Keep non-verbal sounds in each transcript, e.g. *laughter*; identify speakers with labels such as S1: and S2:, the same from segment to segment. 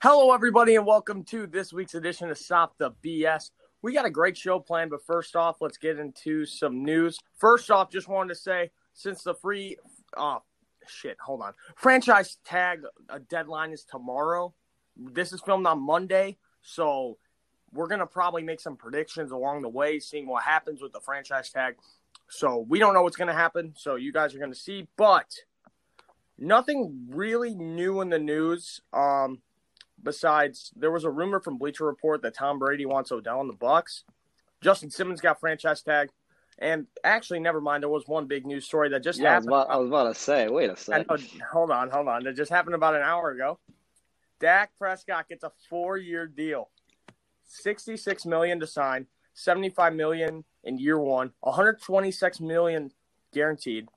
S1: Hello, everybody, and welcome to this week's edition of Stop the BS. We got a great show planned, but first off, let's get into some news. First off, just wanted to say since the free, oh, shit, hold on. Franchise tag uh, deadline is tomorrow. This is filmed on Monday, so we're going to probably make some predictions along the way, seeing what happens with the franchise tag. So we don't know what's going to happen, so you guys are going to see, but nothing really new in the news. Um, besides there was a rumor from Bleacher Report that Tom Brady wants Odell in the Bucks. Justin Simmons got franchise tag, and actually, never mind. There was one big news story that just
S2: Yeah, I was,
S1: happened.
S2: about, I was about to say. Wait a
S1: I
S2: second.
S1: know, hold on, hold on. That just happened about an hour ago. Dak Prescott gets a four-year deal, sixty-six million to sign, seventy-five million in year one, one hundred twenty-six million guaranteed,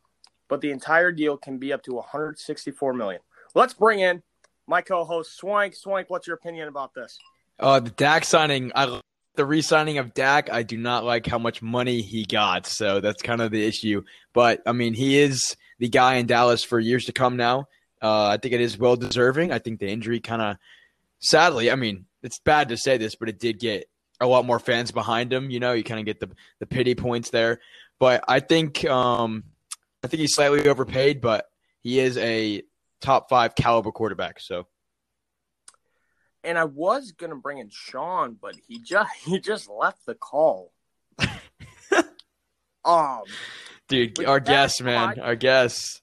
S1: but the entire deal can be up to one hundred sixty-four million. Let's bring in my co-host Swank. Swank, what's your opinion about this?
S3: Uh, the Dak signing, I l- the re-signing of Dak. I do not like how much money he got, so that's kind of the issue. But I mean, he is the guy in Dallas for years to come now. Uh, I think it is well deserving. I think the injury kind of, sadly, I mean, it's bad to say this, but it did get a lot more fans behind him. You know, you kind of get the the pity points there. But I think, um, I think he's slightly overpaid, but he is a top five caliber quarterback. So
S1: and I was gonna bring in Sean, but he just *laughs* he just left the call. um,
S3: Dude,
S1: With
S3: our
S1: that
S3: guess,
S1: in
S3: man,
S1: mind-
S3: our guess.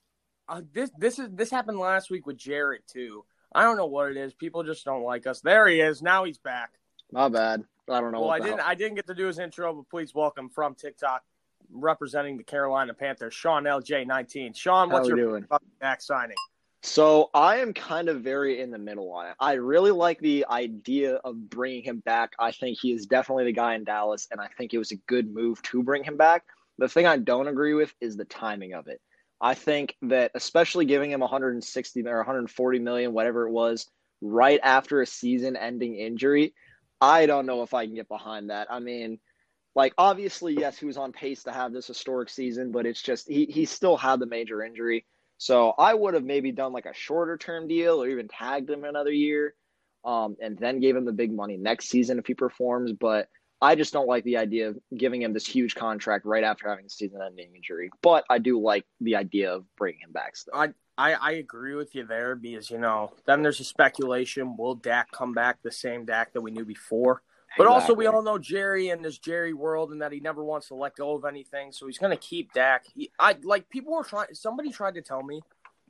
S1: uh, this this is this happened last week with Jared too. I don't know what it is. People just don't like us. There he is. Now he's back.
S2: My bad. I don't know.
S1: Well,
S2: what
S1: I
S2: the
S1: didn't
S2: hell-
S1: I didn't get to do his intro, but please welcome from TikTok, representing the Carolina Panthers, Sean LJ19. Sean,
S2: how
S1: what's
S2: we
S1: your
S2: doing?
S1: back signing?
S2: So I am kind of very in the middle on it. I really like the idea of bringing him back. I think he is definitely the guy in Dallas, and I think it was a good move to bring him back. The thing I don't agree with is the timing of it. I think that especially giving him 160 or 140 million, whatever it was, right after a season-ending injury, I don't know if I can get behind that. I mean, like obviously, yes, he was on pace to have this historic season, but it's just he he still had the major injury. So I would have maybe done like a shorter term deal or even tagged him another year um, and then gave him the big money next season if he performs. But I just don't like the idea of giving him this huge contract right after having a season ending injury. But I do like the idea of bringing him back. Still.
S1: I, I agree with you there because you know then there's a speculation will Dak come back the same Dak that we knew before, but also we
S2: Exactly.
S1: all know Jerry and this Jerry world and that he never wants to let go of anything, so he's gonna keep Dak. He, I like people were trying. Somebody tried to tell me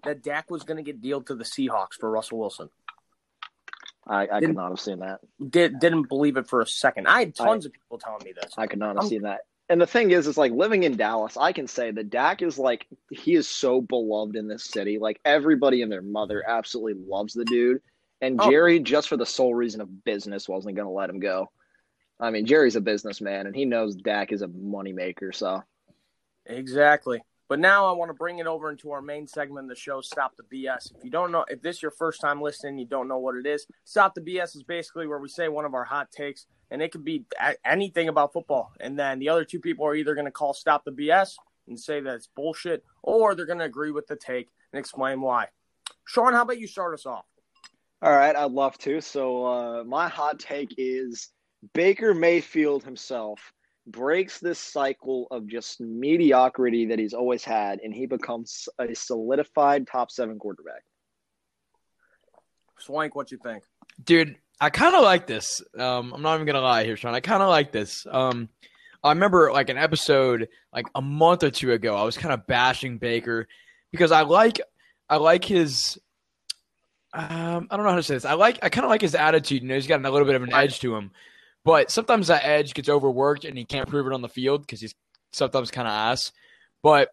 S1: that Dak was gonna get dealed to the Seahawks for Russell Wilson.
S2: I, I
S1: Didn't-
S2: could not have seen that.
S1: Did didn't believe it for a second. I had tons of people telling me this.
S2: I could not have
S1: I'm-
S2: seen that. And the thing is, is like living in Dallas, I can say that Dak is like he is so beloved in this city. Like everybody and their mother absolutely loves the dude. And
S1: Oh.
S2: Jerry, just for the sole reason of business, wasn't gonna let him go. I mean, Jerry's a businessman and he knows Dak is a moneymaker, so
S1: Exactly. But now I want to bring it over into our main segment of the show, Stop the BS. If you don't know, if this is your first time listening, you don't know what it is. Stop the BS is basically where we say one of our hot takes, and it could be a- anything about football. And then the other two people are either going to call Stop the BS and say that it's bullshit, or they're going to agree with the take and explain why. Sean, how about you start us off?
S2: All right, I'd love to. So, uh, my hot take is Baker Mayfield himself breaks this cycle of just mediocrity that he's always had, and he becomes a solidified top seven quarterback.
S1: Swank, what you think?
S3: Dude, I kind of like this. Um, I'm not even gonna lie here, Sean. I kind of like this. Um, I remember like an episode like a month or two ago. I was kind of bashing Baker because I like I like his. Um, I don't know how to say this. I like I kind of like his attitude. You know, he's got a little bit of an edge to him, but sometimes that edge gets overworked and he can't prove it on the field because he's sometimes kind of ass. But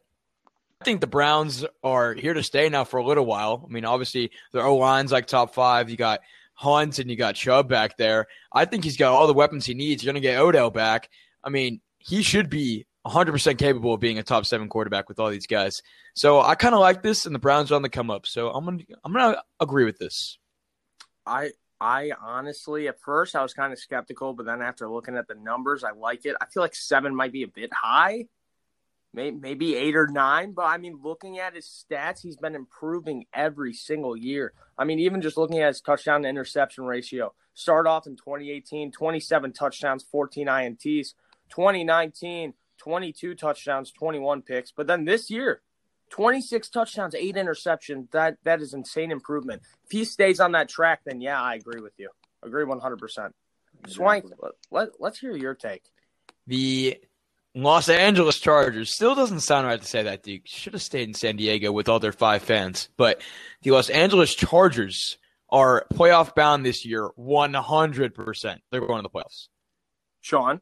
S3: I think the Browns are here to stay now for a little while. I mean, obviously their O line's like top five. You got Hunt and you got Chubb back there. I think he's got all the weapons he needs. You're going to get Odell back. I mean, he should be 100% capable of being a top seven quarterback with all these guys. So I kind of like this, and the Browns are on the come up. So I'm going to I'm gonna agree with this.
S1: I I honestly at first I was kind of skeptical, but then after looking at the numbers, I like it. I feel like seven might be a bit high. may- maybe eight or nine. But I mean, looking at his stats, he's been improving every single year. I mean, even just looking at his touchdown to interception ratio, start off in 2018, 27 touchdowns, 14 INTs, 2019, 22 touchdowns, 21 picks. But then this year, 26 touchdowns, eight interceptions. That that is insane improvement. If he stays on that track, then yeah, I agree with you. Agree 100%. Swank,
S2: Exactly.
S1: let, let's hear your take.
S3: The Los Angeles Chargers still doesn't sound right to say that, Duke. Should have stayed in San Diego with all their five fans. But the Los Angeles Chargers are playoff bound this year 100%. They're going to the playoffs.
S1: Sean,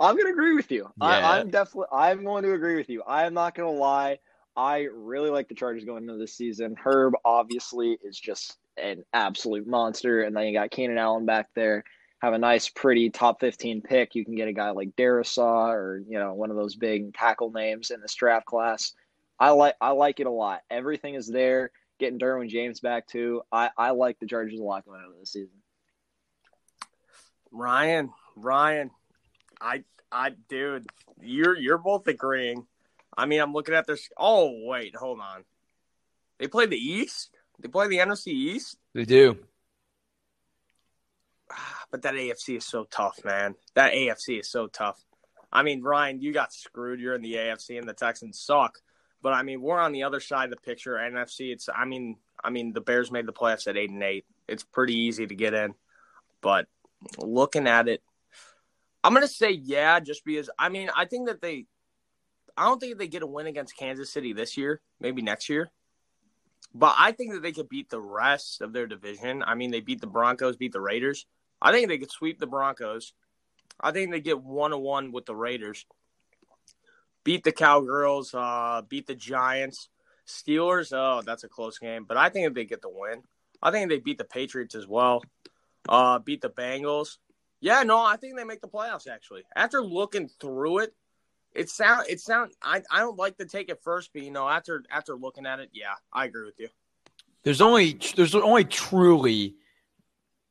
S2: I'm gonna agree with you.
S3: Yeah.
S2: I, I'm definitely. I'm going to agree with you. I am not gonna lie. I really like the Chargers going into this season. Herb obviously is just an absolute monster, and then you got Keenan Allen back there. Have a nice, pretty top 15 pick. You can get a guy like Darisaw or you know one of those big tackle names in this draft class. I like. I like it a lot. Everything is there. Getting Derwin James back too. I, I like the Chargers a lot going into this season.
S1: Ryan, Ryan, I, I, dude, you're you're both agreeing. I mean, I'm looking at this. Oh wait, hold on. They play the East. They play the NFC East.
S3: They do.
S1: Ah, But that AFC is so tough, man. That AFC is so tough. I mean, Ryan, you got screwed. You're in the AFC, and the Texans suck. But I mean, we're on the other side of the picture. NFC, it's. I mean, I mean, the Bears made the playoffs at eight and eight. It's pretty easy to get in. But looking at it, I'm gonna say yeah, just because. I mean, I think that they. I don't think they get a win against Kansas City this year. Maybe next year. But I think that they could beat the rest of their division. I mean, they beat the Broncos, beat the Raiders. I think they could sweep the Broncos. I think they get one on one with the Raiders. Beat the Cowgirls, uh, beat the Giants. Steelers, oh, that's a close game, but I think if they get the win, I think they beat the Patriots as well. Uh, beat the Bengals. Yeah, no, I think they make the playoffs actually. After looking through it, it sound it sound I, I don't like to take it first, but you know, after after looking at it, yeah, I agree with you.
S3: There's only there's only truly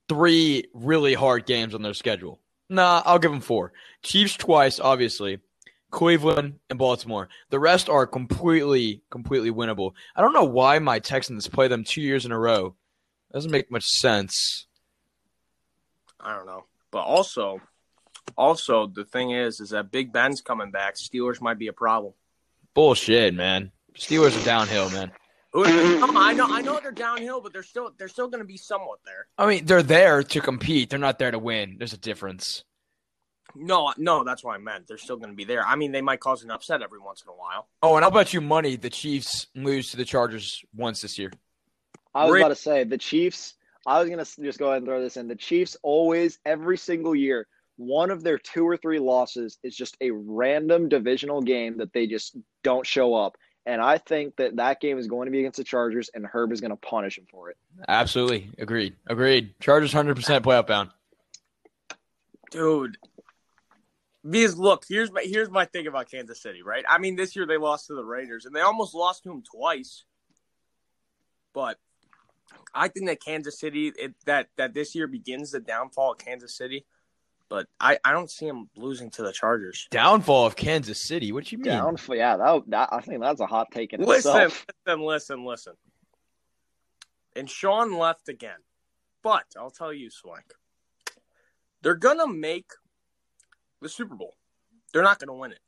S3: three really hard games on their schedule. Nah, I'll give them four. Chiefs twice, obviously. Cleveland and Baltimore. The rest are completely, completely winnable. I don't know why my Texans play them two years in a row. Doesn't make much sense.
S1: I don't know. But also, also the thing is, is that Big Ben's coming back. Steelers might be a problem.
S3: Bullshit, man. Steelers are downhill, man.
S1: Who- Come on, I know, I know they're downhill, but they're still they're still going to be somewhat there.
S3: I mean, they're there to compete. They're not there to win. There's a difference.
S1: No, no, that's what I meant. They're still going to be there. I mean, they might cause an upset every once in a while.
S3: Oh, and I'll bet you money the Chiefs lose to the Chargers once this year.
S2: I was
S1: Rick-
S2: about to say the Chiefs. I was gonna s- just go ahead and throw this in. The Chiefs always, every single year, one of their two or three losses is just a random divisional game that they just don't show up. And I think that that game is going to be against the Chargers, and Herb is going to punish him for it.
S3: Absolutely. Agreed. Agreed. Chargers 100% playoff bound.
S1: dude. Because look, here's my here's my thing about Kansas City, right? I mean, this year they lost to the Raiders, and they almost lost to them twice. But I think that Kansas City it, that that this year begins the downfall of Kansas City. But I I don't see them losing to the Chargers.
S3: Downfall of Kansas City. What do you mean?
S2: Down for yeah, that, that I think that's a hot take in
S1: Hmm. Listen,
S2: itself.
S1: listen, listen, listen. And Sean left again. But I'll tell you, Swank, they're gonna make the Super Bowl. They're not gonna win it.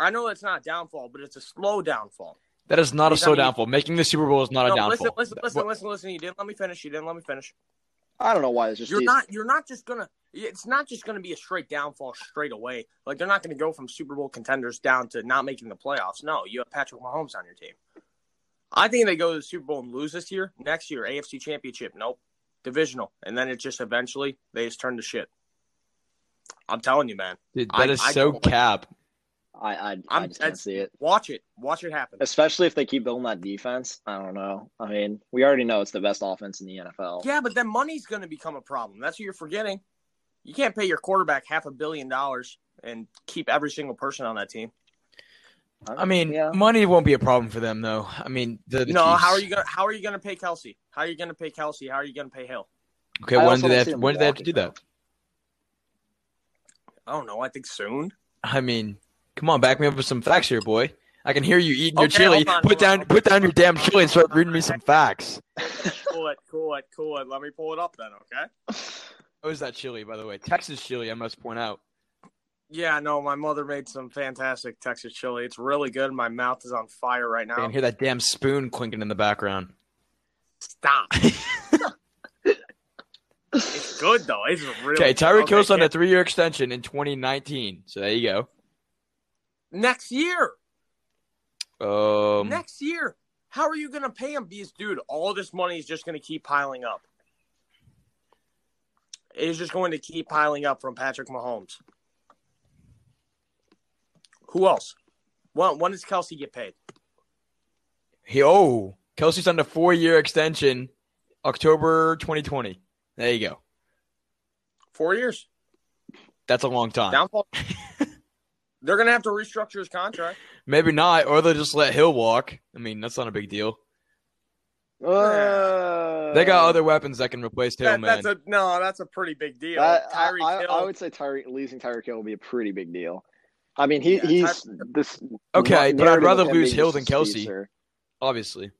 S1: I know it's not a downfall, but it's a slow downfall.
S3: That is not a
S1: Please, I
S3: slow
S1: mean-
S3: downfall. Making the Super Bowl is not a
S1: No,
S3: downfall.
S1: listen, listen, listen,
S3: What-
S1: listen, listen. You didn't let me finish. You didn't let me finish.
S2: I don't know why it's just
S1: You're
S2: these-
S1: not. You're not just gonna. It's not just gonna be a straight downfall straight away. Like they're not gonna go from Super Bowl contenders down to not making the playoffs. No, you have Patrick Mahomes on your team. I think they go to the Super Bowl and lose this year. Next year, AFC Championship. Nope, divisional, and then it just eventually they just turn to shit. I'm telling you, man.
S3: Dude,
S1: I-
S3: that is
S1: I don't
S3: so
S1: like-
S3: cap.
S2: I I, I
S1: I'm-
S2: just can't see it.
S1: Watch it. Watch it happen.
S2: Especially if they keep building that defense. I don't know. I mean, we already know it's the best offense in the NFL.
S1: Yeah, but then money's gonna become a problem. That's what you're forgetting. You can't pay your quarterback half a billion dollars and keep every single person on that team.
S3: I mean,
S2: yeah.
S3: money won't be a problem for them, though. I mean, the, the
S1: no,
S3: Chiefs.
S1: how are you gonna how are you gonna pay Kelsey? How are you gonna pay Kelsey? How are you gonna pay Hill?
S3: Okay,
S2: I
S3: when
S2: also
S3: do
S2: don't
S3: they have
S2: see
S3: to,
S2: them
S3: when do they have to do
S2: walking, though.
S3: that?
S1: I don't know. I think soon.
S3: I mean, Come on, back me up with some facts here, boy. I can hear you eating your
S1: Okay,
S3: chili.
S1: hold on,
S3: put
S1: hold on.
S3: down, put down your damn chili and start reading me some facts.
S1: Cool it, cool it, cool it. Let me pull it up then, okay?
S2: *laughs*
S3: What is that chili, by the way? Texas chili, I must point out.
S1: Yeah, no, my mother made some fantastic Texas chili. It's really good. My mouth is on fire right
S3: I
S1: now.
S3: can hear that damn spoon clinking in the background. *laughs*
S1: Stop. it's good though. It's really
S3: Okay, Tyreek Hill's on
S1: yeah.
S3: a three-year extension in 2019. So there you go.
S1: next year.
S3: Um,
S1: next year. How are you gonna pay him? Because dude, all this money is just gonna keep piling up. It is just going to keep piling up from Patrick Mahomes. Who else? When, when does Kelsey get paid?
S3: he oh Kelsey's on a four-year extension, October 2020. There you go.
S1: Four years.
S3: That's a long time. *laughs*
S1: Downfall. They're gonna have to restructure his contract.
S3: Maybe not, or they'll just let Hill walk. I mean, that's not a big deal.
S2: Uh,
S3: They got other weapons that can replace Hill,
S1: That-
S3: man.
S1: that's a no. That's a pretty big deal.
S2: I, I,
S1: Tyreek
S2: I,
S1: Hill.
S2: I would say Tyreek losing Tyreek Hill would be a pretty big deal. I mean, he,
S1: Yeah,
S2: he's this.
S3: Okay, but I'd
S2: narrative
S3: rather
S2: of him
S3: lose
S2: being
S3: Hill
S2: just
S3: than
S2: a
S3: Kelsey.
S2: speedster.
S3: Obviously,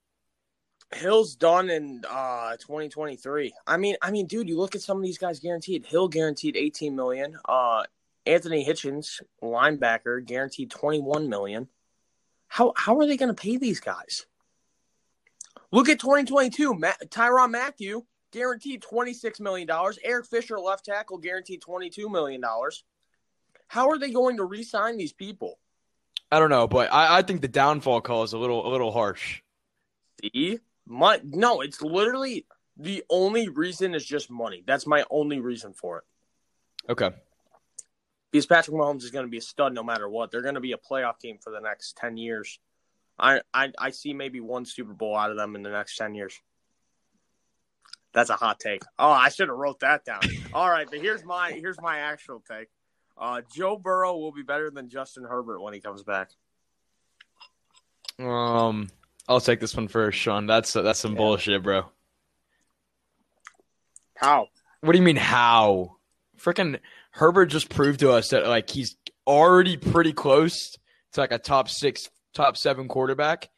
S1: Hill's done in uh 2023. I mean, I mean, dude, you look at some of these guys guaranteed. Hill guaranteed 18 million. Uh, Anthony Hitchens, linebacker, guaranteed 21 million. How how are they going to pay these guys? Look at 2022. Ma- Tyron Matthew guaranteed 26 million dollars. Eric Fisher, left tackle, guaranteed 22 million dollars. How are they going to re-sign these people?
S3: I don't know, but I, I think the downfall call is a little a little harsh.
S1: See? My no, it's literally the only reason is just money. That's my only reason for it.
S3: Okay,
S1: Because Patrick Mahomes is going to be a stud no matter what. They're going to be a playoff team for the next ten years. I, I I see maybe one Super Bowl out of them in the next ten years. That's a hot take. Oh, I should have wrote that down. All right, but here's my here's my actual take. Uh, Joe Burrow will be better than Justin Herbert when he comes back.
S3: um, I'll take this one first, Sean. That's that's some
S2: Yeah.
S3: bullshit, bro.
S1: How?
S3: What do you mean how? Freaking Herbert just proved to us that like he's already pretty close to like a top six, top seven quarterback.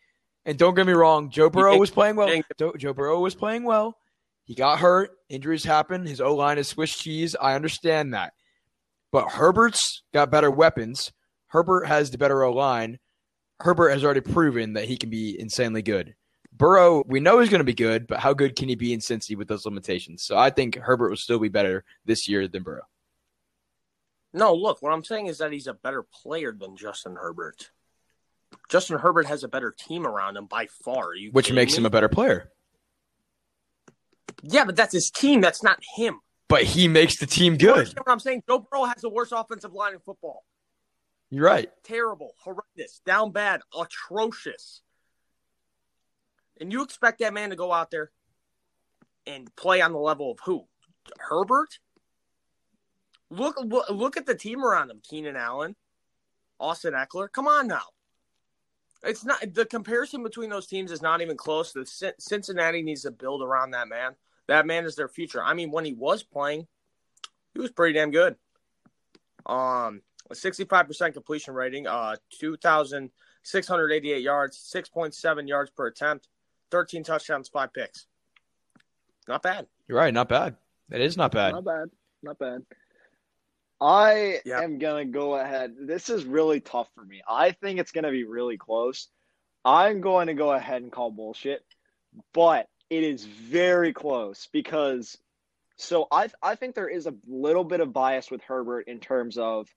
S3: And don't get me wrong, Joe Burrow
S1: think-
S3: was playing well.
S1: think-
S3: Joe, Joe Burrow was playing well. He got hurt. Injuries happen. His O line is Swiss cheese. I understand that. But Herbert's got better weapons. Herbert has the better O line. Herbert has already proven that he can be insanely good. Burrow, we know he's going to be good, but how good can he be in Cincy with those limitations? So I think Herbert will still be better this year than Burrow.
S1: No, look, what I'm saying is that he's a better player than Justin Herbert. Justin Herbert has a better team around him by far. Are you
S3: which
S1: kidding
S3: makes
S1: me?
S3: him a better player.
S1: yeah, but that's his team. That's not him.
S3: But he makes the team
S1: You
S3: good.
S1: understand what I'm saying? Joe Burrow has the worst offensive line in football.
S3: You're right.
S1: Terrible, horrendous, down bad, atrocious. And you expect that man to go out there and play on the level of who? Herbert? Look, look, look at the team around him: Keenan Allen, Austin Eckler. Come on now. It's not the comparison between those teams is not even close. The Cin- Cincinnati needs to build around that man. That man is their future. I mean, when he was playing, he was pretty damn good. Um, a 65% completion rating, uh, 2,688 yards, 6.7 yards per attempt, 13 touchdowns, five picks. Not bad.
S3: You're right. Not bad. That is not bad.
S2: Not bad. Not bad. I
S1: Yeah.
S2: am gonna go ahead. This is really tough for me. I think it's gonna be really close. I'm going to go ahead and call bullshit, but it is very close because so I I think there is a little bit of bias with Herbert in terms of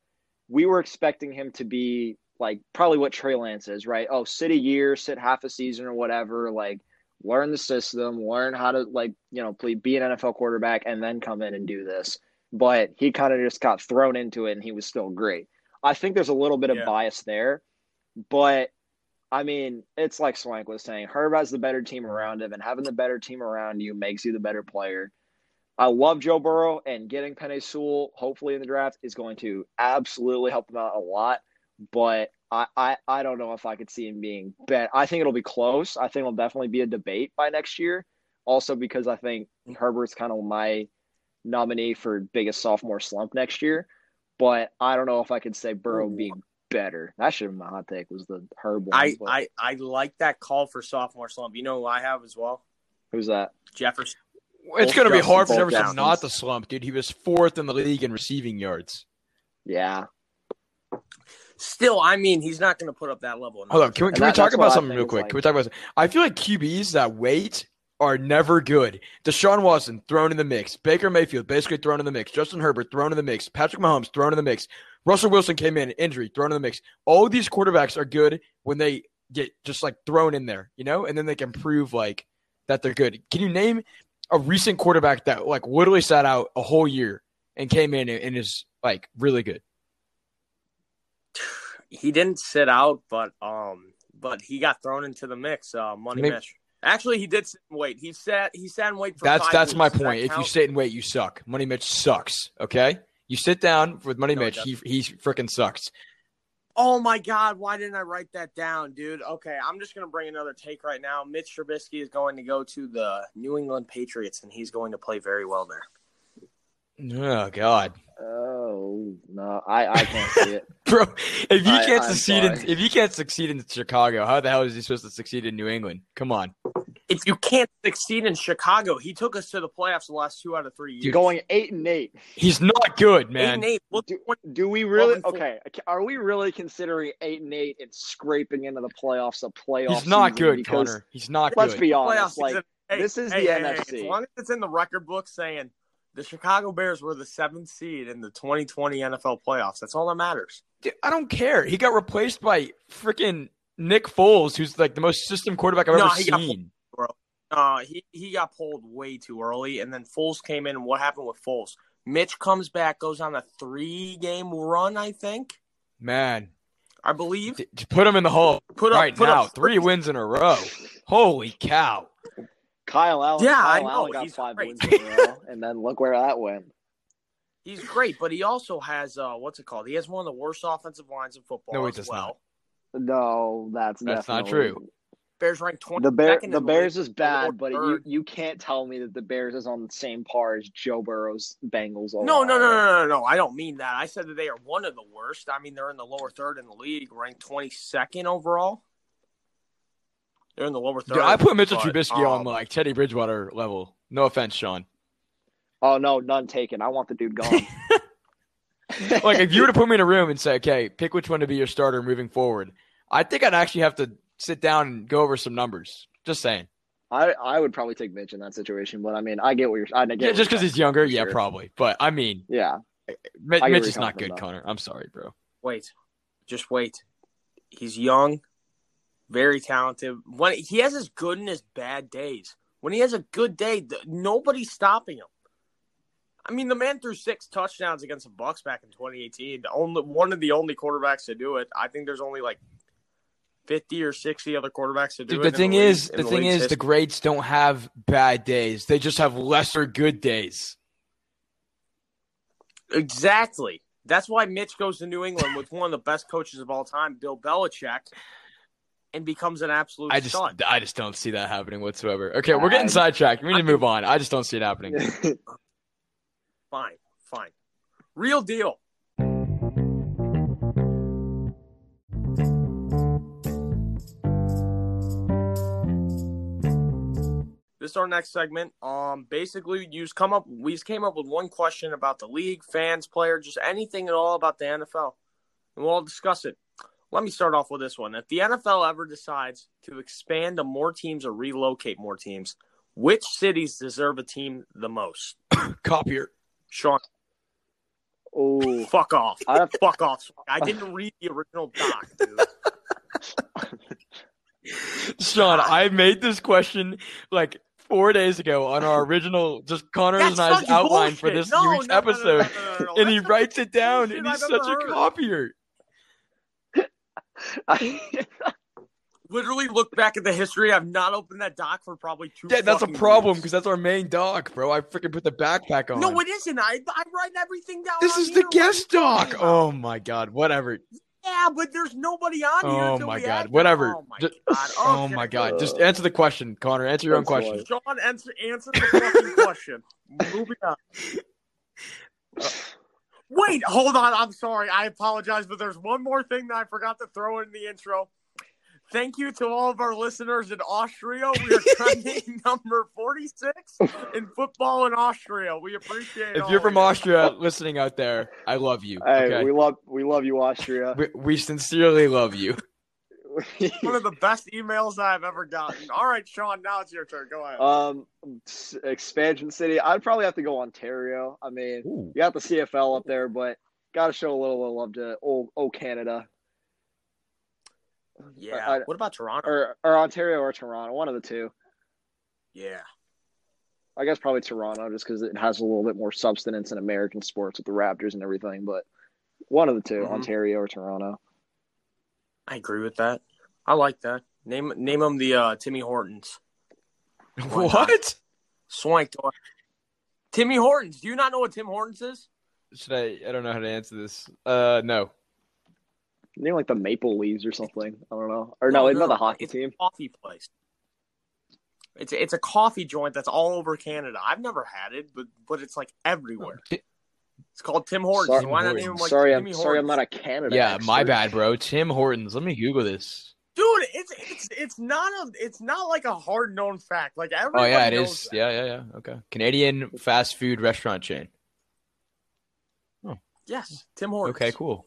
S2: we were expecting him to be like probably what Trey Lance is, right? Oh, sit a year, sit half a season or whatever, like learn the system, learn how to like, you know, play, be an NFL quarterback and then come in and do this. But he kind of just got thrown into it and he was still great. I think there's a little bit of
S1: Yeah.
S2: bias there, but I mean, it's like Swank was saying, Herb has the better team around him, and having the better team around you makes you the better player. I love Joe Burrow, and getting Penny Sewell, hopefully in the draft, is going to absolutely help him out a lot. But I, I, I don't know if I could see him being bet. I think it'll be close. I think it'll definitely be a debate by next year. Also, because I think Herbert's kind of my nominee for biggest sophomore slump next year. But I don't know if I could say Burrow
S1: Ooh.
S2: being better. That should have been my hot take was the Herb one.
S1: I,
S2: but
S1: I, I like that call for sophomore slump. You know who I have as well?
S2: who's that?
S1: Jefferson.
S3: It's
S1: Both
S3: going to be
S1: Jefferson-
S3: hard for
S1: both
S3: Jefferson
S1: Jeffersons.
S3: not to slump, dude. He was fourth in the league in receiving yards.
S2: Yeah.
S1: Still, I mean, he's not going to put up that level. of
S3: Hold on, can we,
S2: And
S3: can we
S2: that-
S3: talk
S2: that's what
S3: about
S2: I
S3: something
S2: think
S3: real
S2: is
S3: quick?
S2: like-
S3: can we talk about? Something? I feel like QBs that wait are never good. Deshaun Watson thrown in the mix. Baker Mayfield basically thrown in the mix. Justin Herbert thrown in the mix. Patrick Mahomes thrown in the mix. Russell Wilson came in injury thrown in the mix. All these quarterbacks are good when they get just like thrown in there, you know, and then they can prove like that they're good. Can you name a recent quarterback that like literally sat out a whole year and came in and, and is like really good?
S1: he didn't sit out, but um, but he got thrown into the mix. Uh, Money
S3: Maybe-
S1: Mish. Actually, he did sit and wait. He sat. He sat and wait for.
S3: That's
S1: five
S3: that's my
S1: weeks. Does that
S3: point. If you
S1: count?
S3: sit and wait, you suck. Money Mitch sucks. Okay, you sit down with Money
S1: No, it
S3: Mitch. He he freaking sucks.
S1: oh my god, why didn't I write that down, dude? Okay, I'm just gonna bring another take right now. Mitch Trubisky is going to go to the New England Patriots, and he's going to play very well there.
S3: Oh God, *laughs*
S2: Oh no, I, I can't see it.
S3: bro! If you
S2: I-
S3: can't
S2: I'm
S3: succeed in
S2: sorry.
S3: if you can't succeed in Chicago, how the hell is he supposed to succeed in New England? Come on,
S1: If you can't succeed in Chicago, he took us to the playoffs the last two out of three years.
S2: You're going eight and eight.
S3: he's not good,
S1: Eight
S3: man.
S1: and eight. Look,
S2: Do, do we really?
S1: and four.
S2: Okay, are we really considering eight and eight and scraping into the playoffs? A playoff.
S3: He's not
S2: season?
S3: good,
S2: because
S3: Connor. He's not
S2: Let's
S3: good.
S2: be
S1: playoffs.
S2: honest.
S1: season.
S2: Like
S1: Hey,
S2: this is
S1: hey,
S2: the
S1: hey, hey,
S2: NFC.
S1: As long as it's in the record book saying the Chicago Bears were the seventh seed in the 2020 NFL playoffs, that's all that matters.
S3: Dude, I don't care. He got replaced by freaking Nick Foles, who's like the most system quarterback I've
S1: No,
S3: ever
S1: he got
S3: seen.
S1: Uh, he he got pulled way too early, and then Foles came in. And what happened with Foles? Mitch comes back, goes on a three game run, I think,
S3: Man,
S1: I believe.
S3: d- put him in the hole
S1: Put up
S3: right
S1: put
S3: now.
S1: up
S3: Three wins in a row. Holy cow!
S2: Kyle Allen.
S1: Yeah, I
S2: Kyle
S1: know,
S2: Allen got
S1: he's
S2: five
S1: great.
S2: wins in a row, *laughs* and then look where that went.
S1: He's great, but he also has uh, what's it called? He has one of the worst offensive lines in football.
S3: No, he
S1: as
S3: does
S1: well.
S3: not.
S2: No, that's
S3: That's not
S2: definitely-
S3: true.
S1: Bears ranked 20.
S2: The Bear, the Bears is bad, but you, you can't tell me that the Bears is on the same par as Joe Burrow's Bengals.
S1: No,
S2: overall.
S1: no, no, no, no, no. I don't mean that. I said that they are one of the worst. I mean, they're in the lower third in the league, ranked 22nd overall. They're in the lower third.
S3: Dude, I put Mitchell
S1: but,
S3: Trubisky
S1: um,
S3: on like Teddy Bridgewater level. No offense, Sean.
S2: Oh no, none taken. I want the dude gone. *laughs*
S3: Like if you were to put me in a room and say, "Okay, pick which one to be your starter moving forward," I think I'd actually have to sit down and go over some numbers. Just saying.
S2: I, I would probably take Mitch in that situation, but I mean, I get what you're. I get
S3: Yeah,
S2: what
S3: just
S2: you're
S3: because he's younger,
S2: for
S3: yeah,
S2: sure.
S3: probably. But I mean,
S2: saying. yeah.
S3: Mi-
S2: I get
S3: Mitch
S2: where
S3: is
S2: you're
S3: not
S2: coming
S3: good,
S2: from,
S3: Connor. I'm sorry, bro.
S1: Wait, just wait. He's young, very talented. When he has his good and his bad days. When he has a good day, th- nobody's stopping him. I mean, the man threw six touchdowns against the Bucks back in 2018. The only one of the only quarterbacks to do it. I think there's only like 50 or 60 other quarterbacks to do
S3: Dude,
S1: it.
S3: the
S1: in
S3: thing
S1: league-
S3: is,
S1: in
S3: the thing
S1: league's
S3: is, the
S1: history.
S3: greats don't have bad days. They just have lesser good days.
S1: exactly. That's why Mitch goes to New England with one of the best coaches of all time, Bill Belichick, and becomes an absolute
S3: I just,
S1: stud.
S3: I just don't see that happening whatsoever. Okay, we're getting
S2: I-
S3: sidetracked. We need to move on. I just don't see it happening.
S2: *laughs*
S1: Fine, fine. Real deal. This is our next segment. Um, basically, you just come up. We just came up with one question about the league, fans, player, just anything at all about the NFL, and we'll all discuss it. Let me start off with this one. If the NFL ever decides to expand to more teams or relocate more teams, which cities deserve a team the most?
S3: Copier.
S1: Sean,
S2: oh,
S1: fuck off.
S2: I have to,
S1: Fuck off. I didn't read the original doc, dude.
S3: Sean, I made this question like four days ago
S1: *laughs*
S3: on our original just Connor's
S1: That's
S3: and I's
S1: fucking
S3: outline for
S1: bullshit.
S3: this
S1: No,
S3: week's
S1: no, no, no,
S3: episode.
S1: no, no, no, no, no.
S3: And he
S1: That's the
S3: writes it down,
S1: bullshit
S3: and he's
S1: I've
S3: such
S1: ever heard.
S3: a copier.
S2: *laughs* I,
S1: Literally look back at the history. I've not opened that doc for probably two.
S3: Yeah, that's a
S1: fucking
S3: problem
S1: years.
S3: because that's our main doc, bro. I freaking put the backpack on.
S1: No, it isn't. I I write everything down.
S3: this
S1: on
S3: is
S1: here.
S3: the
S1: What are you
S3: guest
S1: talking
S3: doc.
S1: about?
S3: Oh my god, whatever.
S1: Yeah, but there's nobody on here.
S3: Oh
S1: until
S3: my
S1: we
S3: god,
S1: act-
S3: whatever.
S1: Oh my
S3: Just-
S1: god.
S3: *laughs* Oh
S1: Okay.
S3: my god. Just
S2: Uh,
S3: answer the question, Connor. Answer your own
S2: that's
S3: question.
S2: why.
S1: Sean,
S3: *laughs*
S1: answer answer the fucking question. Moving on. Uh, Wait, hold on. I'm sorry. I apologize, but there's one more thing that I forgot to throw in the intro. Thank you to all of our listeners in Austria. We are
S3: *laughs*
S1: trending number 46 in football in Austria. We appreciate
S3: If
S1: all
S3: you're
S1: of
S3: from
S1: you.
S3: Austria listening out there, I love you.
S2: Hey,
S3: okay?
S2: we love we love you, Austria. *laughs*
S3: we, we sincerely love you.
S1: one of the best emails I've ever gotten. All right, Sean, now it's your turn. Go ahead.
S2: um, s- expansion city. I'd probably have to go Ontario. I mean,
S3: *laughs*
S2: you got the CFL up there, but got to show a little, little love to old, old Canada
S1: yeah.
S2: I-
S1: what about Toronto?
S2: or or Ontario or Toronto, one of the two.
S1: Yeah.
S2: I guess probably Toronto, just because it has a little bit more substance in American sports with the Raptors and everything. But one of the 2
S1: Mhm.
S2: Ontario or Toronto.
S1: I agree with that. I like that. Name name them the uh, Timmy Hortons.
S3: What?
S1: Swank toy. Timmy Hortons. Do you not know what Tim Hortons is?
S3: Should I? I don't know how to answer this. Uh, no.
S2: Name like the Maple Leaves or something. I don't know. Or
S1: No,
S2: no, it's
S1: no,
S2: not the hockey
S1: it's-
S2: team.
S1: Coffee place. It's it's a coffee joint that's all over Canada. I've never had it, but but it's like everywhere.
S3: Ti-
S1: It's called Tim Hortons.
S2: Sorry-
S1: Why not
S3: Hortons.
S1: name 'em like
S2: sorry, I'm
S1: Timmy
S2: sorry, I'm
S1: Hortons?
S2: not a Canada.
S3: Yeah, my
S2: expert.
S3: bad, bro. Tim Hortons. Let me Google this.
S1: dude. It's it's it's not a it's not like a hard known fact. Like
S3: Oh
S1: everybody
S3: yeah, it
S1: knows
S3: is.
S1: that.
S3: Yeah, yeah, yeah. Okay. Canadian fast food restaurant chain.
S1: Yes, Tim Hortons.
S3: Okay, cool.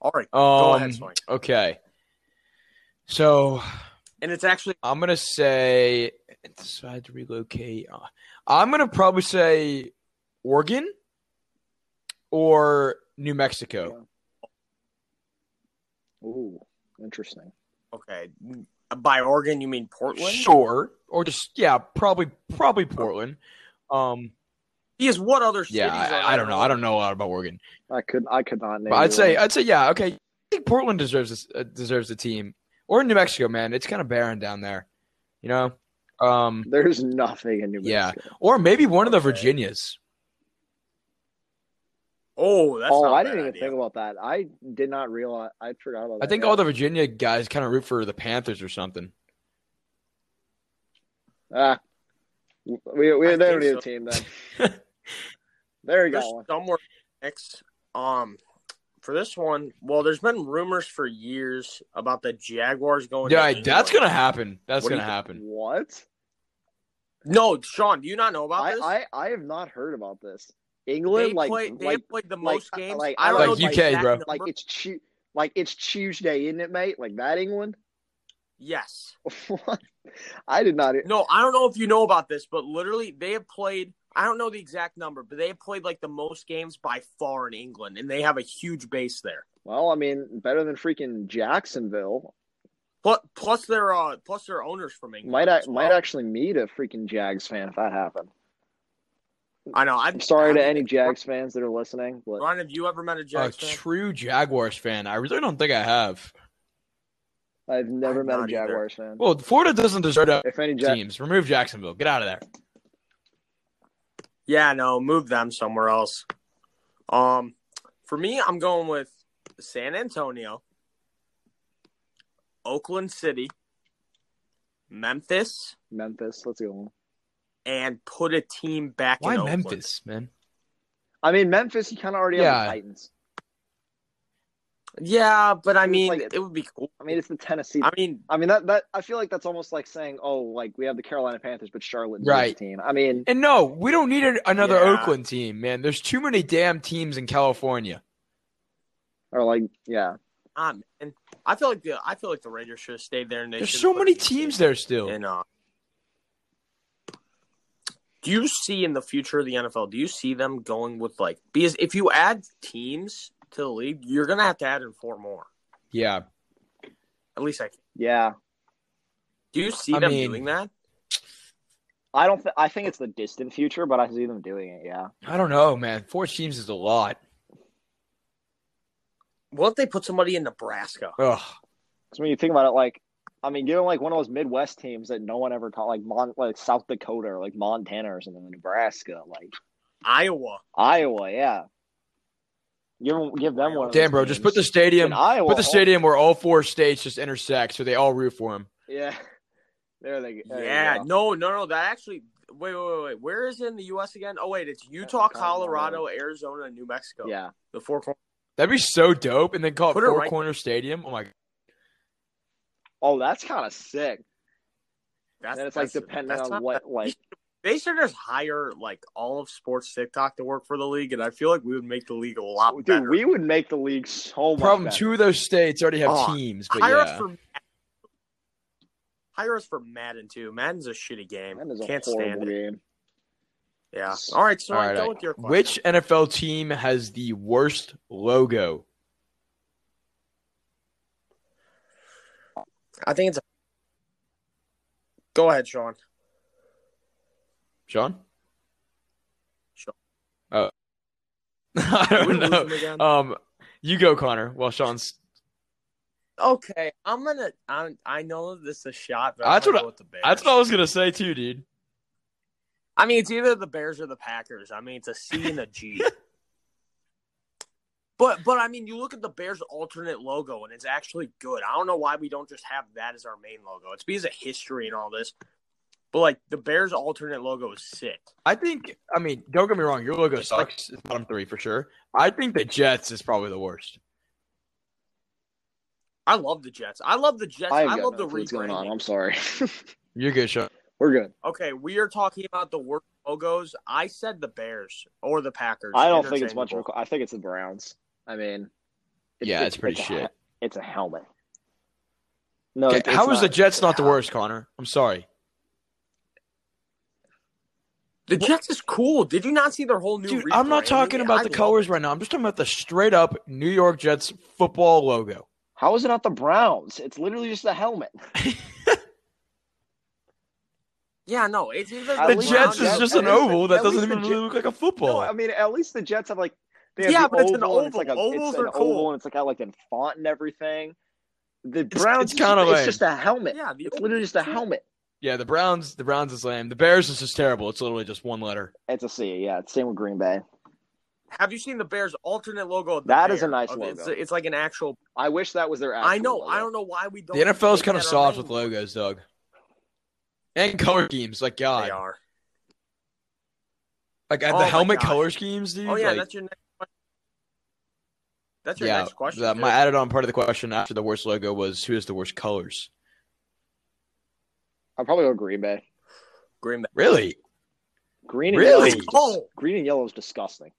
S1: All right,
S3: Um,
S1: ahead, Swank.
S3: okay. So
S1: and it's actually
S3: I'm gonna say decide to relocate. Uh, I'm gonna probably say Oregon or New Mexico.
S2: Ooh, interesting.
S1: okay. By Oregon, you mean Portland?
S3: Sure, or just yeah, probably probably Portland. Um,
S1: Because what other cities?
S3: yeah,
S1: are
S3: I, I don't know. I don't know a lot about Oregon.
S2: I could I could not name.
S3: But I'd say
S2: one.
S3: I'd say yeah. Okay, I think Portland deserves this, uh, deserves a team or New Mexico, man. It's kind of barren down there, you know. Um,
S2: there's nothing in New
S3: Yeah.
S2: Mexico.
S3: or maybe one of the
S1: Okay.
S3: Virginias.
S1: Oh, that's
S2: oh,
S1: not a
S2: I
S1: bad
S2: didn't even
S1: idea.
S2: think about that. I did not realize. I forgot about that.
S3: I think
S2: yeah.
S3: all the Virginia guys kind of root for the Panthers or something.
S2: Ah, we we
S1: I
S2: they
S1: think
S2: don't need
S1: so.
S2: a team
S1: *laughs*
S2: then. there we
S1: There's
S2: got one.
S1: somewhere next. Um, for this one, well, there's been rumors for years about the Jaguars going. to
S3: Yeah,
S1: England.
S3: that's gonna happen. That's
S1: Oh, What do you
S3: gonna happen.
S2: What?
S1: No, Sean, do you not know about
S2: I,
S1: this?
S2: I I have not heard about this. England
S1: they
S2: like
S1: play, they
S2: like
S1: have played the
S2: like-
S1: most games.
S2: like-
S1: I don't
S2: Like
S1: know the
S3: UK,
S1: exact
S3: bro.
S1: number.
S2: like it's tu- like it's Tuesday, isn't it, mate? Like that England. *laughs*
S1: yes.
S2: What? I did not. e-,
S1: No, I don't know if you know about this, but literally they have played I don't know the exact number, but they have played like the most games by far in England and they have a huge base there.
S2: Well, I mean, better than freaking Jacksonville.
S1: Plus plus their uh plus their owners from England.
S2: Might I
S1: as
S2: might
S1: well.
S2: actually meet a freaking Jags fan if that happened.
S1: I know.
S2: I'm sorry to any Jags fans that are listening, but
S1: Ryan, have you ever met a Jags
S3: a
S1: fan?
S3: true Jaguars fan. I really don't think I have.
S2: I've never
S1: I'm
S2: met a
S1: not either.
S2: Jaguars fan.
S3: Well, Florida doesn't deserve to
S2: if any Jags,
S3: teams. Remove Jacksonville. Get out of there.
S1: Yeah, no, move them somewhere else. Um, for me, I'm going with San Antonio, Oakland City, Memphis,
S2: Memphis, let's go.
S1: and put a team back
S3: Why
S1: in Oakland.
S3: Memphis, man?
S2: I mean, Memphis, you kind of already have
S3: Yeah.
S2: the Titans.
S1: Yeah, but I
S2: It's
S1: mean,
S2: like-
S1: it would be cool.
S2: I mean, it's the Tennessee.
S1: I mean,
S2: I mean that that I feel like that's almost like saying, oh, like we have the Carolina Panthers, but Charlotte's
S3: Right.
S2: this team. I mean,
S3: And no, we don't need an- another
S1: Yeah.
S3: Oakland team, man. There's too many damn teams in California.
S2: or like, yeah,
S1: ah, man, I feel like the I feel like the Raiders should have stayed there. And they
S3: There's
S1: should have
S3: so
S1: put
S3: many
S1: a team
S3: teams there still.
S1: And uh, do you see in the future of the NFL? Do you see them going with like because if you add teams to the league, you're gonna have to add in four more.
S3: Yeah.
S1: At least I
S2: yeah.
S1: do. You see
S3: I
S1: them
S3: mean-
S1: doing that?
S2: I don't. Th- I think it's the distant future, but I see them doing it. Yeah.
S3: I don't know, man. Four teams is a lot.
S1: What if they put somebody in Nebraska?
S3: Ugh.
S2: Because when you think about it, like, I mean, given like one of those Midwest teams that no one ever caught, like Mon, like South Dakota or like Montana or something, Nebraska, like
S1: Iowa.
S2: Iowa, yeah. Give 'em- give them
S1: Oh,
S2: one. of
S3: Damn,
S2: those
S3: bro. Just
S2: teams.
S3: put the stadium.
S2: In Iowa,
S3: Put the
S2: all-
S3: stadium where all four states just intersect, so they all root for him.
S2: Yeah. oh, There they go. there you
S1: yeah.
S2: go.
S1: No, no, no. That actually wait, wait, wait. Where is it in the U.S. again? Oh wait, it's Utah, Colorado, Arizona, and New Mexico.
S2: Yeah.
S1: the four corners.
S3: That'd be so dope. And then call it
S1: Put it
S3: Four
S1: right-
S3: Corner Stadium. Oh my
S2: Oh, that's kind of sick.
S1: That's,
S2: And then it's like
S1: that's-
S2: depending
S1: that's
S2: on
S1: not-
S2: what like
S1: they should just hire like all of sports TikTok to work for the league, and I feel like we would make the league a lot
S2: dude,
S1: better.
S2: we would make the league so much
S3: Problem
S2: better.
S3: two of those states already have
S1: Oh,
S3: teams, but
S1: hire
S3: yeah.
S1: us for hire us for Madden too. Madden's a shitty game.
S2: That is a
S1: Can't
S2: horrible
S1: stand it.
S2: game.
S1: Yeah. All right. So
S3: All
S1: I
S3: right,
S1: go
S3: all
S1: with your question.
S3: Which NFL team has the worst logo?
S1: I think it's. Go ahead,
S3: *laughs*
S1: Sean.
S3: Sean?
S1: Sean.
S3: Oh. *laughs* I
S1: Did we
S3: don't
S1: lose
S3: know.
S1: him again?
S3: Um you go, Connor, while Sean's
S1: Okay, I'm gonna. I'm, I know this is a shot, but
S3: That's
S1: I'm gonna
S3: what
S1: go with the Bears.
S3: that's what I was gonna say too, dude.
S1: I mean, it's either the Bears or the Packers. I mean, it's a C and a G.
S2: *laughs*
S1: but but I mean, you look at the Bears' alternate logo, and it's actually good. I don't know why we don't just have that as our main logo. It's because of history and all this. But like the Bears' alternate logo is sick.
S3: I think I mean, don't get me wrong, your logo sucks. It's bottom three for sure. I think the Jets is probably the worst.
S1: I love the Jets. I love the Jets. I,
S2: have got
S1: love
S2: no
S1: the
S2: clue what's going on.
S1: rebranding.
S2: I'm sorry. *laughs*
S3: You're good, Sean.
S2: We're good.
S1: Okay, we are talking about the worst logos. I said the Bears or the Packers.
S2: I don't think it's much. Of
S1: Interchangeable.
S2: a, I think it's the Browns. I mean,
S3: Yeah, it's pretty
S2: a he-
S3: shit.
S2: it's a helmet. No,
S3: Okay,
S2: it- it's
S3: how is
S2: not-
S3: the Jets not the
S2: Yeah.
S3: worst, Connor? I'm sorry.
S1: The Jets is cool. Did you not see their whole new?
S3: Dude, I'm not
S1: rebranding?
S3: talking about
S1: I
S3: the
S1: love
S3: colors right now. I'm just talking about the straight up New York Jets football logo.
S2: How is it not the Browns? It's literally just the helmet. *laughs*
S1: it. Yeah, no, it's either
S2: I
S3: The
S2: least
S3: Jets
S2: not-
S3: is just an oval that
S2: at least
S3: doesn't even
S2: the
S3: really look like a
S2: No,
S3: football.
S2: I mean, at least the Jets have like. They have
S1: Yeah,
S2: the
S1: but it's an
S2: oval and It's like a,
S1: oval.
S2: it's
S1: Ovals
S2: an
S1: are cool.
S2: oval and it's like got like a font and everything. The
S3: It's-
S2: Browns,
S3: it's kinda
S2: it's
S3: lame.
S2: just a helmet.
S1: Yeah, the
S2: It's literally just a helmet.
S3: yeah, the Browns, the Browns is lame. The Bears is just terrible. It's literally just one letter.
S2: It's a C. Yeah, it's same with Green Bay.
S1: Have you seen the Bears' alternate logo? Of the
S2: That is
S1: bear?
S2: a nice
S1: Of-
S2: logo.
S1: It's, it's like an actual.
S2: I wish that was their.
S1: I know.
S2: actual
S1: I
S2: logo.
S1: don't know why we don't.
S3: The NFL is
S1: make
S3: kind of
S1: that our
S3: soft
S1: main-
S3: with logos, Doug, and color schemes. Like
S1: They
S3: God,
S1: are.
S3: like I
S1: Oh
S3: the
S1: my
S3: helmet
S1: God.
S3: color schemes, dude.
S1: Oh yeah,
S3: like,
S1: that's your next. question. That's your
S3: yeah,
S1: next question.
S3: the-
S1: dude.
S3: my added on part of the question after the worst logo was who is the worst colors.
S2: I'll probably go Green Bay.
S1: Green Bay.
S3: Really?
S2: Green and
S3: Really?
S2: yellow. is dis-
S1: Oh.
S2: Green and yellow is disgusting.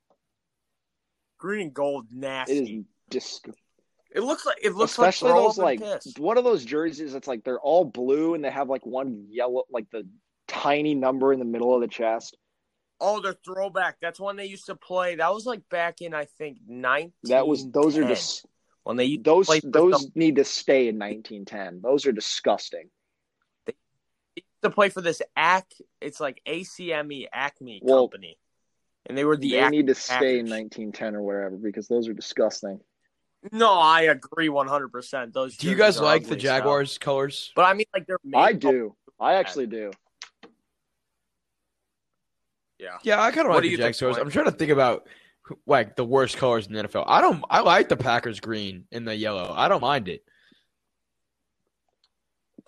S1: Green and gold,
S2: It
S1: nasty.
S2: is disgusting.
S1: It looks like it looks
S2: Especially
S1: like throw
S2: those
S1: up
S2: like
S1: and piss.
S2: one of those jerseys that's like they're all blue and they have like one yellow, like the tiny number in the middle of the chest.
S1: Oh, their throwback. That's one they used to play. That was like back in I think nineteen.
S2: That was those are just
S1: when they
S2: those
S1: play for
S2: those
S1: some-
S2: need to stay in 1910. Those are disgusting.
S1: used to play for this AC. It's like ACME E Acme
S2: Well,
S1: company, and they were the
S2: they
S1: Acme
S2: need to stay in
S1: Packers.
S2: 1910 or wherever because those are disgusting.
S1: No, I agree one hundred percent. Those.
S3: Do you
S1: jerseys
S3: guys
S1: are
S3: like the
S1: ugly as hell.
S3: Jaguars colors?
S1: But I mean, like they're.
S2: I
S1: made-
S2: do. I actually do.
S1: Yeah.
S3: Yeah, I kind of
S1: What
S3: like
S1: do
S3: the
S1: you
S3: Jags
S1: think,
S3: colors.
S1: Mike?
S3: I'm trying to think about who- like the worst colors in the NFL. I don't. I like the Packers green and the yellow. I don't mind it.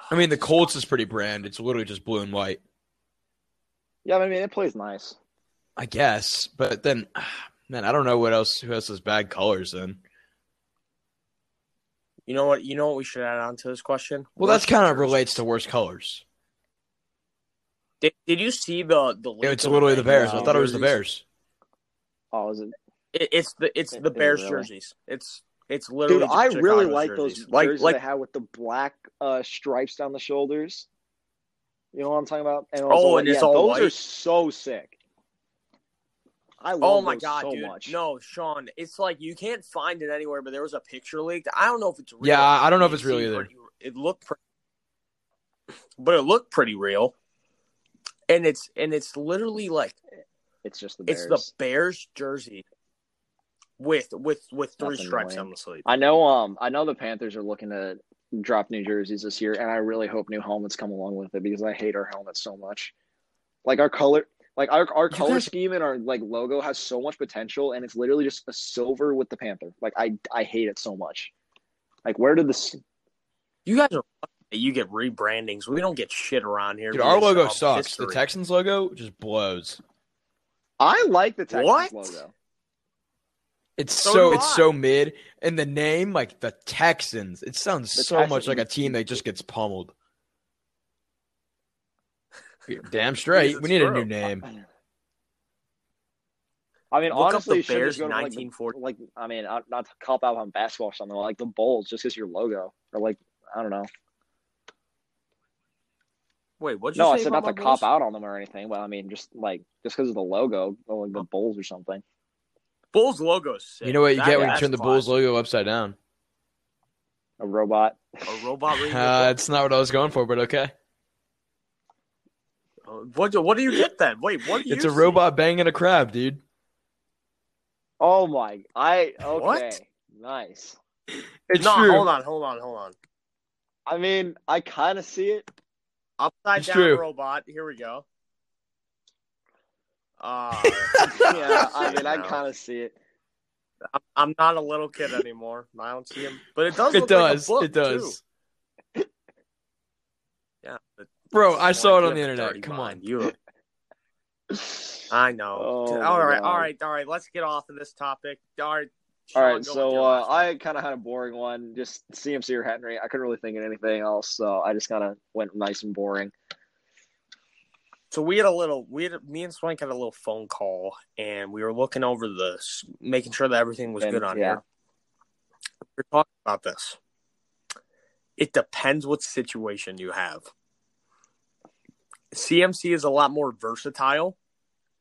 S3: I mean, the Colts is pretty brand. It's literally just blue and white,
S2: Yeah, I mean it plays nice.
S3: I guess. But then, *sighs* man, I don't know what else. Who else has bad colors? Then.
S1: You know what? You know what we should add on to this question.
S3: Well, that's kind of relates to worst colors.
S1: Did, did you see the the? leak
S3: It's
S1: of
S3: literally the Bears. I
S1: Bengals
S3: thought it was the
S1: jerseys?
S3: Bears.
S2: Oh, is it?
S1: It, it's the it's
S2: It-
S1: the
S2: it
S1: Bears
S2: really-
S1: jerseys. It's it's literally.
S2: Dude,
S1: just
S2: I really
S1: Chicago's
S2: like
S1: jerseys.
S2: those
S1: Like
S2: jerseys
S1: like
S2: they have with the black uh, stripes down the shoulders. You know what I'm talking about? And
S1: Oh, and it's all
S2: those
S1: white.
S2: are so sick. I love
S1: Oh my
S2: those
S1: god,
S2: so
S1: dude!
S2: much.
S1: No, Sean, it's like you can't find it anywhere. But there was a picture leaked. I don't know if it's real.
S3: Yeah, I don't know if it's
S1: You
S3: real
S1: see
S3: either.
S1: pretty- It looked, pre- but it looked pretty real. And it's and it's literally like
S2: it's just the
S1: it's
S2: Bears.
S1: the Bears jersey with with with three
S2: That's
S1: stripes
S2: annoying.
S1: on the sleeve.
S2: I know. Um, I know the Panthers are looking to drop new jerseys this year, and I really hope new helmets come along with it because I hate our helmets so much. Like our color, like our our color
S3: guys-
S2: scheme and our like logo has so much potential, and it's literally just a silver with the Panther. Like I I hate it so much. Like where did this?
S1: You guys are You get rebrandings. We don't get shit around here.
S3: Dude, our
S1: because
S3: logo
S1: of
S3: sucks.
S1: history.
S3: The Texans logo just blows.
S2: I like the Texans
S1: What?
S2: logo.
S3: It's
S1: So
S3: so,
S1: do I.
S3: it's so mid, and the name like the Texans. It sounds
S2: The
S3: so much
S2: Texans.
S3: like a team that just gets *laughs* pummeled. Damn straight.
S1: it's
S3: We need a
S1: true.
S3: new name.
S2: I mean,
S1: Look up
S2: honestly,
S1: the
S2: you should
S1: Bears
S2: just go to like, the,
S1: 1940.
S2: like I mean, not not to cop out on basketball or something like the Bulls, just because your logo or like I don't know.
S1: Wait, what'd you
S2: No,
S1: say?
S2: I said
S1: about
S2: not
S1: my
S2: to cop
S1: Bulls?
S2: out on them or anything, but I mean, just like just because of the logo, or,
S1: Oh.
S2: like the Bulls or something.
S1: Bulls logo is sick.
S3: You know what you
S1: That-
S3: get when you
S1: that's
S3: turn the
S1: classic.
S3: Bulls logo upside down.
S2: A robot.
S1: A
S3: *laughs*
S1: robot radio.
S3: Uh, it's not what I was going for, but okay.
S1: Uh, what, do- what do you get then? Wait, what do you
S3: *laughs* It's a
S1: see?
S3: robot banging a crab, dude.
S2: Oh my! I okay.
S1: What?
S2: Nice.
S3: It's
S1: no,
S3: true.
S1: hold on, hold on, hold on.
S2: I mean, I kind of see
S1: *laughs*
S2: it.
S1: Upside
S3: It's
S1: down
S3: true.
S1: robot. Here we
S3: *laughs*
S1: go. Uh,
S2: Yeah, I mean, I
S1: No.
S2: kind of see it.
S1: I'm not a little kid anymore. I don't see him, but it does.
S3: It
S1: look like a
S3: does.
S1: book,
S3: It does.
S1: too. Yeah, but-
S3: Bro, I saw it
S1: You
S3: on the
S1: have a
S3: internet.
S1: dirty
S3: Come
S1: mind.
S3: on.
S1: you. I know.
S2: Oh,
S1: all right,
S2: wow.
S1: all right, all right. Let's get off of this topic. All right.
S2: All
S1: Sean, go
S2: right,
S1: with
S2: so
S1: your
S2: uh,
S1: last one.
S2: I kind of had a boring one, just CMC or Henry. I couldn't really think of anything else, so I just kind of went nice and boring.
S1: so we had a little. We had me and Swank had a little phone call, and we were looking over this, making sure that everything was
S2: And-
S1: good on
S2: yeah.
S1: here. We're talking about this. It depends what situation you have. CMC is a lot more versatile,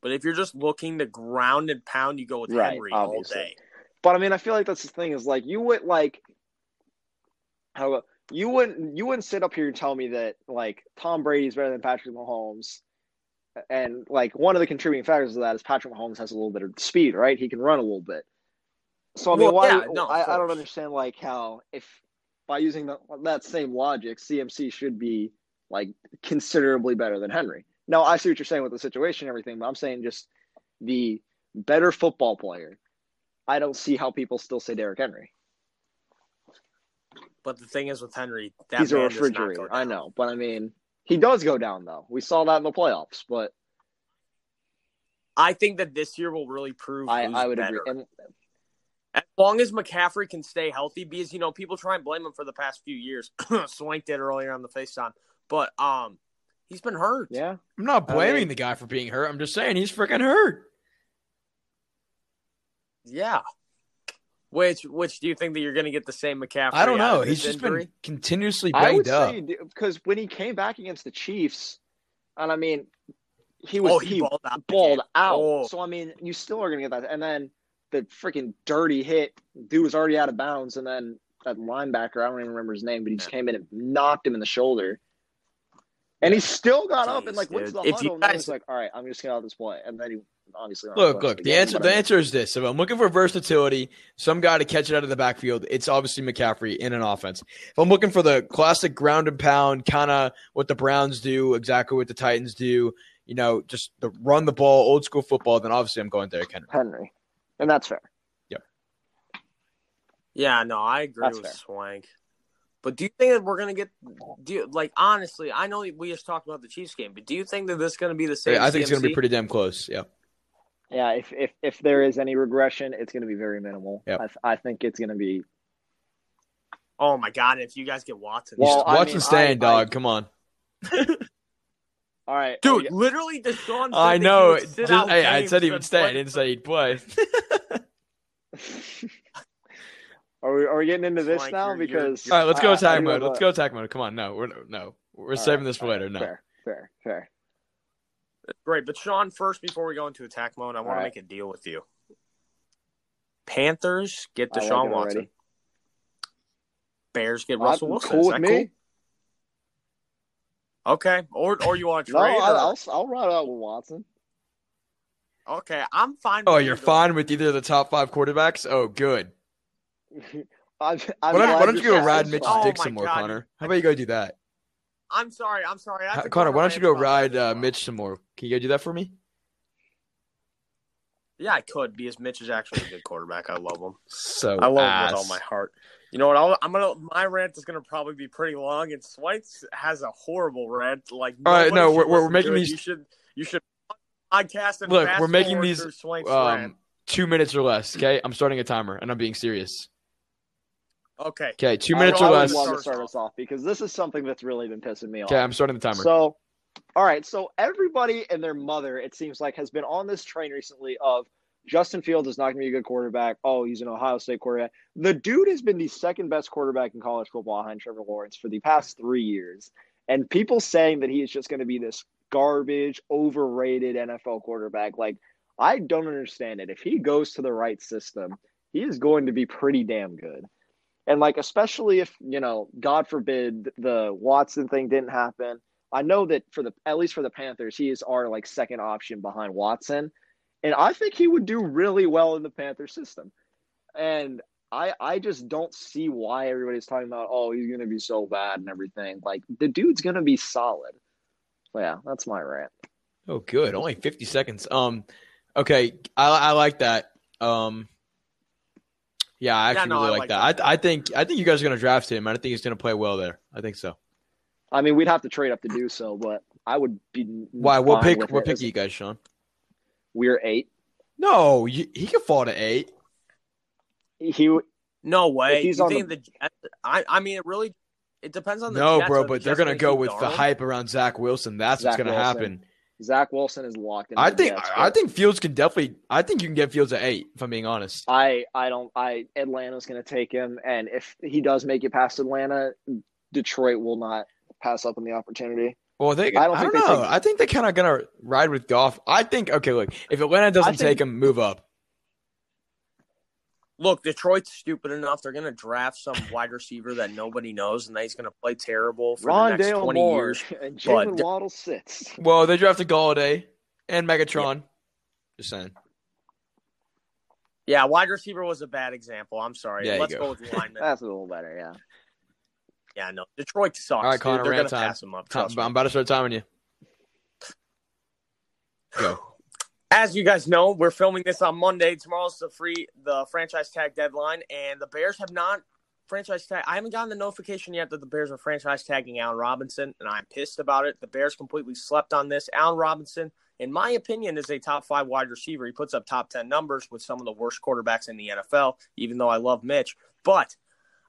S1: but if you're just looking to ground and pound, you go with
S2: Right,
S1: Henry
S2: obviously.
S1: all day.
S2: But I mean, I feel like that's the thing is like you would like how you wouldn't you wouldn't sit up here and tell me that like Tom Brady's better than Patrick Mahomes, and like one of the contributing factors of that is Patrick Mahomes has a little bit of speed, right? He can run a little bit. So I mean,
S1: Well,
S2: why?
S1: yeah, no, of
S2: I, I don't
S1: course.
S2: understand like how if by using the, that same logic, CMC should be like considerably better than Henry. Now I see what you're saying with the situation and everything, but I'm saying just the better football player. I don't see how people still say Derrick Henry.
S1: But the thing is with Henry, that
S2: He's a
S1: man does not go
S2: refrigerator. I
S1: down.
S2: know, but I mean, he does go down though. We saw that in the playoffs, but
S1: I think that this year will really prove.
S2: I,
S1: who's
S2: I would
S1: better.
S2: agree. And
S1: As long as McCaffrey can stay healthy, because you know people try and blame him for the past few years. *clears throat* Swank did earlier on the FaceTime, but um, he's been hurt.
S2: yeah,
S3: I'm not
S2: I
S3: blaming
S2: mean-
S3: the guy for being hurt. I'm just saying he's freaking hurt.
S1: Yeah. Which which do you think that you're going to get the same McCaffrey?
S3: I don't
S1: out of
S3: know. He's
S1: this
S3: just
S1: injury?
S3: been continuously
S2: I would
S3: banged up.
S2: say because when he came back against the Chiefs, and I mean, he was
S1: oh
S2: he,
S1: he, balled out. again.
S2: balled out.
S1: Oh.
S2: So I mean, you still are gonna get that. And then the freaking dirty hit, dude was already out of bounds, and then that linebacker, I don't even remember his name, but he just came in and knocked him in the shoulder. And he still got up and
S1: Jeez,
S2: like went to
S1: dude.
S2: the
S1: If you
S2: huddle and then
S1: guys-
S2: was like, "All right, I'm just gonna out this play." And then he obviously went out
S3: Look,
S2: and
S3: look.
S2: played
S3: The
S2: game,
S3: answer,
S2: but I
S3: the
S2: mean,
S3: answer is this: If I'm looking for versatility, some guy to catch it out of the backfield, it's obviously McCaffrey in an offense. If I'm looking for the classic ground and pound, kind of what the Browns do, exactly what the Titans do, you know, just the run the ball, old school football, then obviously I'm going Derrick Henry.
S2: Henry, and that's fair.
S1: Yeah, no, I agree
S2: That's
S1: with
S2: fair.
S1: Swank. But do you think that we're going to get do you, like honestly, I know we just talked about the Chiefs game, but do you think that this is going to be the same
S3: Yeah, I think it's going to
S1: CMC?
S3: be pretty damn close. Yeah,
S2: Yeah, if if if there is any regression, it's gonna be very minimal.
S3: Yep.
S2: I, th- I think it's gonna be.
S1: Oh my god, if you guys get Watson.
S2: Well, I
S3: watch
S2: mean,
S3: and stand,
S2: I-
S3: dog. Come on.
S2: All right,
S1: Dude,
S2: yeah,
S1: literally Deshaun said
S3: Oh, I
S1: that
S3: know.
S1: He would sit
S3: Just-
S1: out
S3: hey, I
S1: games
S3: said he
S1: for
S3: would stay. I
S1: play-
S3: didn't say he'd play.
S2: *laughs* Are we, are we getting into this
S1: Like,
S2: now?
S1: you're- you're-
S2: Because
S3: All right, let's
S2: I-
S3: go
S2: I- I
S3: attack
S2: do
S3: mode.
S2: have
S3: Let's
S2: a-
S3: go attack mode. Come on, no, we're no, we're
S2: All
S3: saving
S2: right,
S3: this for
S2: all right,
S3: later. No.
S2: Fair, fair, fair.
S1: Great, but Sean, first before we go into attack mode, I want
S2: All
S1: to
S2: right.
S1: make a deal with you. Panthers get
S2: I like
S1: Deshaun
S2: it
S1: Watson.
S2: already.
S1: Bears get
S2: I'm
S1: Russell Wilson.
S2: cool
S1: Is
S2: with
S1: that
S2: me.
S1: cool? Okay, or or you want to
S2: *laughs* No,
S1: trade?
S2: I'll,
S1: or-
S2: I'll I'll ride out with Watson. *laughs*
S1: Okay, I'm fine.
S3: Oh,
S1: with
S3: you're
S1: either
S3: fine with either of the top five quarterbacks? Oh, good.
S2: I'm, I'm
S3: Why don't, why
S2: glad
S3: don't
S2: you're
S3: you go
S2: satisfied.
S3: ride Mitch
S1: Oh,
S3: Dick
S1: my
S3: some more,
S1: God.
S3: Connor? How about you go do that?
S1: I'm sorry. I'm sorry. I
S3: How-
S1: have to
S3: Connor,
S1: on a
S3: why don't
S1: rant
S3: you go
S1: about that
S3: ride
S1: as well.
S3: uh, Mitch some more? Can you go do that for me?
S1: Yeah, I could because Mitch is actually a good quarterback. I love him.
S3: So
S1: I love him
S3: ass. Um,
S1: with all my heart. You know what? I'll, I'm gonna. My rant is gonna probably be pretty long, and Swites has a horrible rant. Like,
S3: All right,
S1: nobody
S3: no,
S1: should
S3: we're- we're
S1: listen
S3: making
S1: to it.
S3: these-
S1: You should. You should podcast and
S3: Look, we're
S1: fast
S3: making
S1: forward
S3: these,
S1: through Swites rant.
S3: Um, two minutes or less. Okay, I'm starting a timer, and I'm being serious.
S1: Okay,
S3: Okay, two
S1: I
S3: minutes
S1: would- I
S3: or
S1: would
S3: less.
S2: love
S1: start
S2: to start us off because this is something that's really been pissing me off.
S3: Okay, I'm starting the timer.
S2: So, all right. So everybody and their mother, it seems like, has been on this train recently of Justin Fields is not going to be a good quarterback. Oh, he's an Ohio State quarterback. The dude has been the second best quarterback in college football behind Trevor Lawrence for the past three years, and people saying that he is just going to be this garbage, overrated NFL quarterback. Like, I don't understand it. If he goes to the right system, he is going to be pretty damn good. And like, especially if you know, God forbid, the Watson thing didn't happen. I know that for the at least for the Panthers, he is our like second option behind Watson, and I think he would do really well in the Panther system. And I I just don't see why everybody's talking about oh he's gonna be so bad and everything. Like the dude's gonna be solid. So, yeah, that's my rant.
S3: Oh, good. Only 50 seconds. Um, okay. I, I like that. Um, yeah, I
S1: Yeah,
S3: actually
S1: no,
S3: really
S1: I
S3: like,
S1: like
S3: that. I, I think I think you guys are gonna draft him. and I think he's gonna play well there. I think so.
S2: I mean, we'd have to trade up to do so, but I would be.
S3: Why? What
S2: fine
S3: pick?
S2: with
S3: What
S2: it
S3: pick E.
S2: as-
S3: you guys, Sean?
S2: We're eight.
S3: No, you, he could fall to eight.
S2: He
S1: no way.
S2: If he's
S1: You
S2: on
S1: think the, Jets- I, I mean, it really. It depends on the.
S3: No,
S1: Jets,
S3: bro,
S1: are the
S3: but they're
S1: Jets
S3: gonna go
S1: keep
S3: with the
S1: Darnold?
S3: hype around Zach Wilson. That's what's
S2: Zach
S3: gonna
S2: Wilson.
S3: happen.
S2: Zach Wilson is locked in.
S3: I think I, I think Fields can definitely. I think you can get Fields at eight. If I'm being honest,
S2: I I don't I Atlanta's going to take him, and if he does make it past Atlanta, Detroit will not pass up on the opportunity.
S3: well, they.
S2: I
S3: I
S2: don't
S3: don't,
S2: think they
S3: know.
S2: take-
S3: I think they're kind of gonna ride with Goff. I think. Okay, look, if Atlanta doesn't
S2: think-
S3: take him, move up.
S1: Look, Detroit's stupid enough. They're gonna draft some wide receiver that nobody knows, and that he's gonna play terrible for the next
S2: Rondale
S1: twenty
S2: Moore
S1: years.
S2: and
S1: but-
S2: Jalen Waddle sits.
S1: *laughs*
S3: Well, they drafted Galladay and Megatron. Just saying.
S1: Yeah, wide receiver was a bad example. I'm sorry.
S3: There you
S1: Let's
S3: go.
S1: go. with lineman.
S2: That's a little better, yeah.
S1: yeah, no, Detroit sucks.
S3: All right,
S1: dude.
S3: Connor,
S1: they're
S3: rant
S1: gonna
S3: time.
S1: pass him up.
S3: Tom,
S1: Trust me.
S3: I'm about to start timing you. Go.
S1: As you guys know, we're filming this on Monday. Tomorrow's the free the franchise tag deadline, and the Bears have not franchise tag. I haven't gotten the notification yet that the Bears are franchise tagging Allen Robinson, and I'm pissed about it. The Bears completely slept on this. Allen Robinson, in my opinion, is a top five wide receiver. He puts up top ten numbers with some of the worst quarterbacks in the NFL. Even though I love Mitch, but.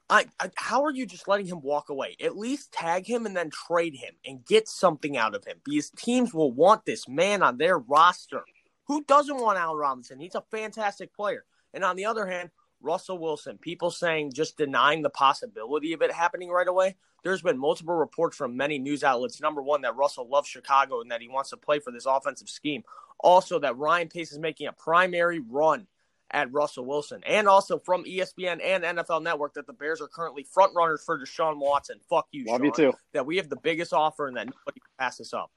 S1: I, I, how are you just letting him walk away? At least tag him and then trade him and get something out of him because teams will want this man on their roster. Who doesn't want Allen Robinson? He's a fantastic player. And on the other hand, Russell Wilson, people saying just denying the possibility of it happening right away. There's been multiple reports from many news outlets. Number one, that Russell loves Chicago and that he wants to play for this offensive scheme. Also, that Ryan Pace is making a primary run at Russell Wilson. And also from E ESPN and NFL Network that the Bears are currently front runners for Deshaun Watson. Fuck you,
S2: Love
S1: Sean
S2: you too.
S1: that we have the biggest offer and that nobody can pass us up.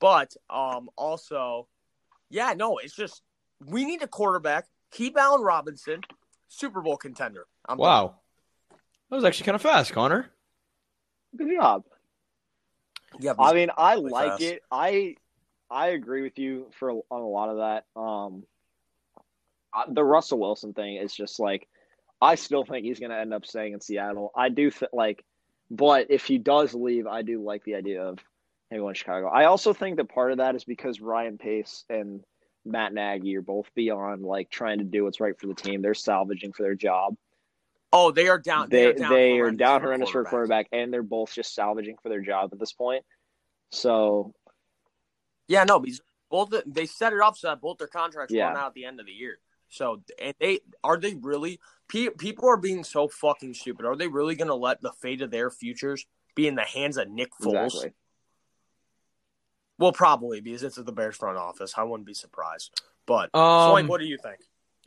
S1: But um, also, yeah, no, it's just we need a quarterback. Keep Allen Robinson, Super Bowl contender. I'm done.
S3: Wow. That was actually kind of fast, Connor.
S2: Good job.
S1: Yeah,
S2: I mean, I
S1: Really
S2: like
S1: fast.
S2: it. I I agree with you for on a lot of that. Um, I- the Russell Wilson thing is just like I still think he's going to end up staying in Seattle. I do th- like, but if he does leave, I do like the idea of him going to Chicago. I also think that part of that is because Ryan Pace and Matt Nagy are both beyond like trying to do what's right for the team. They're salvaging for their job.
S1: oh, they are down.
S2: They
S1: down
S2: they are
S1: horrendous
S2: down horrendous for a
S1: quarterbacks.
S2: quarterback, and they're both just salvaging for their job at this point. So
S1: Yeah, no, because both they set it up so that both their contracts
S2: Yeah.
S1: run out at the end of the year. So and they are they really pe- people are being so fucking stupid. Are they really going to let the fate of their futures be in the hands of Nick Foles?
S2: Exactly.
S1: Well, probably because it's at the Bears front office. I wouldn't be surprised. But
S3: Um,
S1: Swain, what do you think?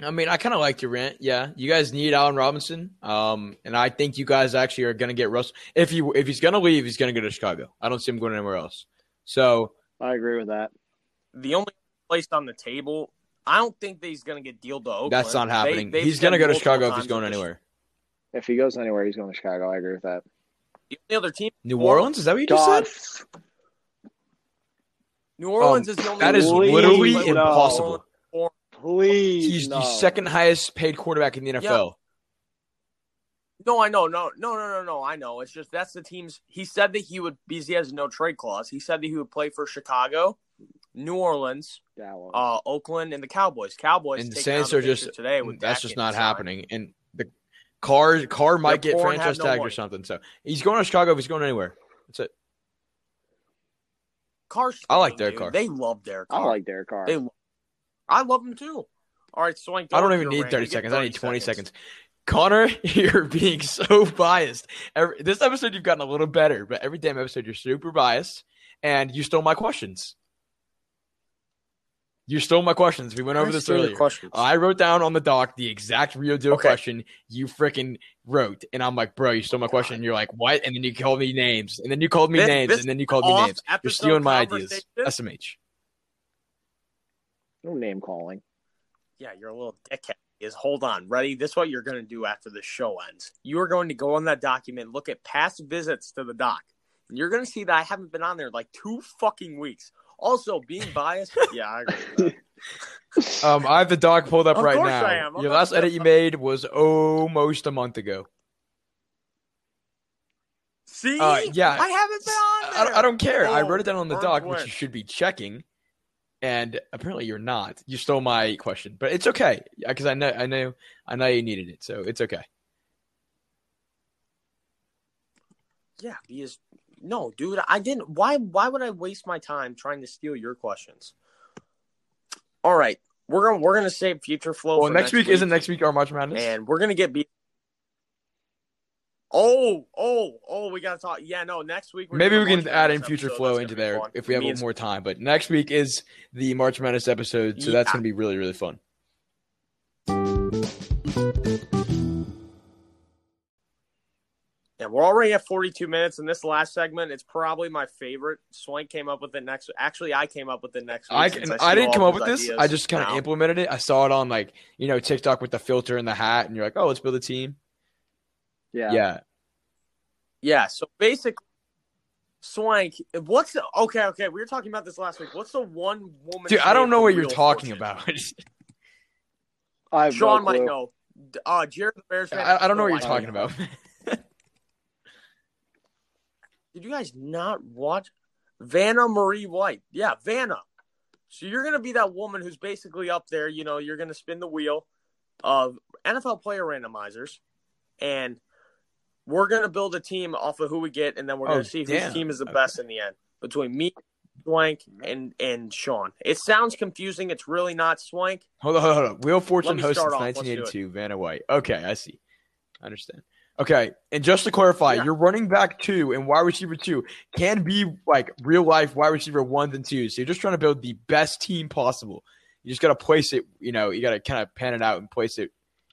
S3: I mean, I kind of like your rant. Yeah, you guys need Allen Robinson, um, and I think you guys actually are going to get Russell. If he if he's going to leave, he's going to go to Chicago. I don't see him going anywhere else. So
S2: I agree with that.
S1: The only place on the table, I don't think that he's going to get dealed to Oakland.
S3: that's not
S1: They-
S3: happening.
S1: they've
S3: he's going to
S1: said
S3: go to
S1: multiple
S3: Chicago if he's
S1: times
S3: going
S1: that this-
S3: anywhere.
S2: If he goes anywhere, he's going to Chicago. I agree with that.
S1: The only other team,
S3: New
S1: Well,
S3: Orleans? Is that what you just
S2: God,
S3: said?
S1: New Orleans is the only.
S3: Um, That is
S1: team-
S2: Please,
S3: literally
S2: no.
S3: impossible.
S2: please.
S3: He's
S2: no.
S3: the second highest paid quarterback in the NFL.
S1: No, I know, no, no, no, no, no. I know. It's just that's the teams. He said that he would because he has no trade clause. He said that he would play for Chicago, New Orleans,
S2: Dallas.
S1: uh, Oakland, and the Cowboys. Cowboys
S3: And the
S1: taking
S3: Saints
S1: out
S3: are just-
S1: picture today. With
S3: Mm, That's
S1: Dak
S3: just
S1: getting
S3: not
S1: signed.
S3: happening. And the car car might
S1: They're
S3: get
S1: poor and have
S3: franchise
S1: no
S3: tagged or
S1: money.
S3: something. So he's going to Chicago if he's going anywhere.
S1: Carr's
S3: I like
S1: staying,
S3: Derek
S1: dude.
S3: Carr.
S1: They love Derek
S2: I
S1: Carr.
S2: like Derek Carr.
S1: They, I love him too. All Oh, right, Swank.
S3: I don't
S1: over
S3: even
S1: your
S3: need
S1: rant.
S3: 30
S1: You get
S3: seconds. I need 20
S1: seconds.
S3: seconds. Connor, *laughs* you're being so biased. Every, this episode, you've gotten a little better, but every damn episode, you're super biased, and you stole my questions. You stole my questions. We went over this earlier. Oh,
S1: Questions.
S3: I wrote down on the doc the exact real deal
S1: Okay.
S3: question you freaking wrote, and I'm like, bro, you stole my question. And you're like, what? And then you called me names, and then you called me
S1: This-
S3: names,
S1: this
S3: and then you called me
S1: off
S3: names. You're stealing my ideas. SMH.
S2: No name calling.
S1: Yeah, you're a little dickhead. Is hold on, ready? This is what you're going to do after the show ends. You are going to go on that document, look at past visits to the doc, and you're going to see that I haven't been on there in, like two fucking weeks. Also, being
S3: *laughs*
S1: biased. yeah, I
S3: Uh,
S1: agree. with that. uh,
S3: Um, I have the doc pulled up
S1: Of
S3: right
S1: course
S3: now.
S1: I am. I'm
S3: Your
S1: not-
S3: last edit you made was almost a month ago.
S1: See,
S3: Uh, yeah.
S1: I haven't been on there.
S3: I, I don't care. I
S1: Oh,
S3: wrote it down on the
S1: burn
S3: doc,
S1: quick.
S3: which you should be checking. And apparently, you're not. You stole my question, but it's okay because I know, I know, I know you needed it, so it's okay.
S1: Yeah, he is. No, dude, I didn't. Why? Why would I waste my time trying to steal your questions? All right, we're gonna we're gonna save future flow.
S3: Well,
S1: for
S3: next, week, isn't next week our March Madness?
S1: and we're gonna get beat. Oh, oh, oh! We gotta talk. Yeah, no, next week. we're
S3: Maybe
S1: doing
S3: we
S1: a
S3: can
S1: March
S3: add in
S1: Madness
S3: future
S1: episode.
S3: flow
S1: That's gonna
S3: into
S1: be
S3: there
S1: fun.
S3: if we have
S1: Me
S3: a
S1: and-
S3: little more time. But next week is the March Madness episode, so that's
S1: Yeah.
S3: going to be really, really fun.
S1: Yeah, we're already at 42 minutes, and this last segment it's probably my favorite. Swank came up with it next. Actually, I came up with it next. Week
S3: I,
S1: since
S3: and
S1: steal
S3: I didn't
S1: all
S3: come up
S1: his
S3: with this.
S1: ideas
S3: I just kind
S1: now.
S3: of implemented it. I saw it on like you know TikTok with the filter and the hat, and you're like, oh, let's build a team.
S2: *laughs* Yeah.
S3: yeah.
S1: Yeah. So basically, Swank, what's the okay? Okay, we were talking about this last week. What's the one woman?
S3: Dude, I
S1: trait
S3: don't know
S1: from
S3: what you're
S1: Real
S3: talking
S1: Fortune?
S3: about. *laughs*
S2: I have
S1: Sean
S2: no
S1: might
S2: clue.
S1: know. D- Uh, Jared the Bears. fan
S3: I, I don't know what you're
S1: has no
S3: talking
S1: idea.
S3: about.
S1: Did you guys not watch Vanna Marie White? Yeah, Vanna. So you're gonna be that woman who's basically up there. You know, you're gonna spin the wheel of NFL player randomizers, and we're gonna build a team off of who we get, and then we're gonna
S3: Oh,
S1: see
S3: damn.
S1: whose team is the
S3: Okay. Mm-hmm.
S1: best in the end between me, Swank, and and Sean. It sounds confusing. It's really not Swank.
S3: hold on, hold on, hold on. Wheel of Fortune
S1: me
S3: hosts
S1: start off. Let's do it.
S3: 1982. Vanna White. Okay, I see. I understand. Okay, and just to clarify,
S1: Yeah.
S3: your running back two and wide receiver two can be like real life wide receiver ones and twos. So you're just trying to build the best team possible. You just got to place it. You know, you got to kind of pan it out and place it.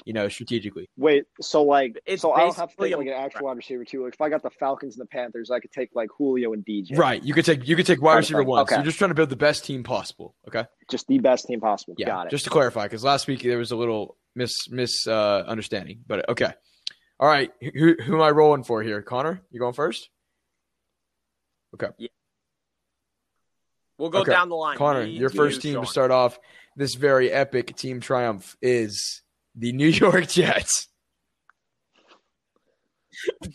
S3: You know, strategically.
S2: Wait, so like,
S1: It's
S2: so I don't have to
S1: basically
S2: take
S1: a-
S2: like an actual wide receiver too. Like, if I got the Falcons and the Panthers, I could take like Julio and DJ.
S3: Right. You could take you could take wide
S2: Right,
S3: receiver
S2: right.
S3: one. So
S2: Okay.
S3: you're just trying to build the best team possible. Okay.
S2: Just the best team possible.
S3: Yeah.
S2: Got it.
S3: Just to clarify, because last week there was a little mis mis uh, understanding, but okay. All right. Who who am I rolling for here? Connor, you going first?
S1: We'll go
S3: Okay.
S1: down the line.
S3: Connor,
S1: Me,
S3: your
S1: you,
S3: first team
S1: Sean.
S3: to start off this very epic team triumph is the New *laughs* York Jets.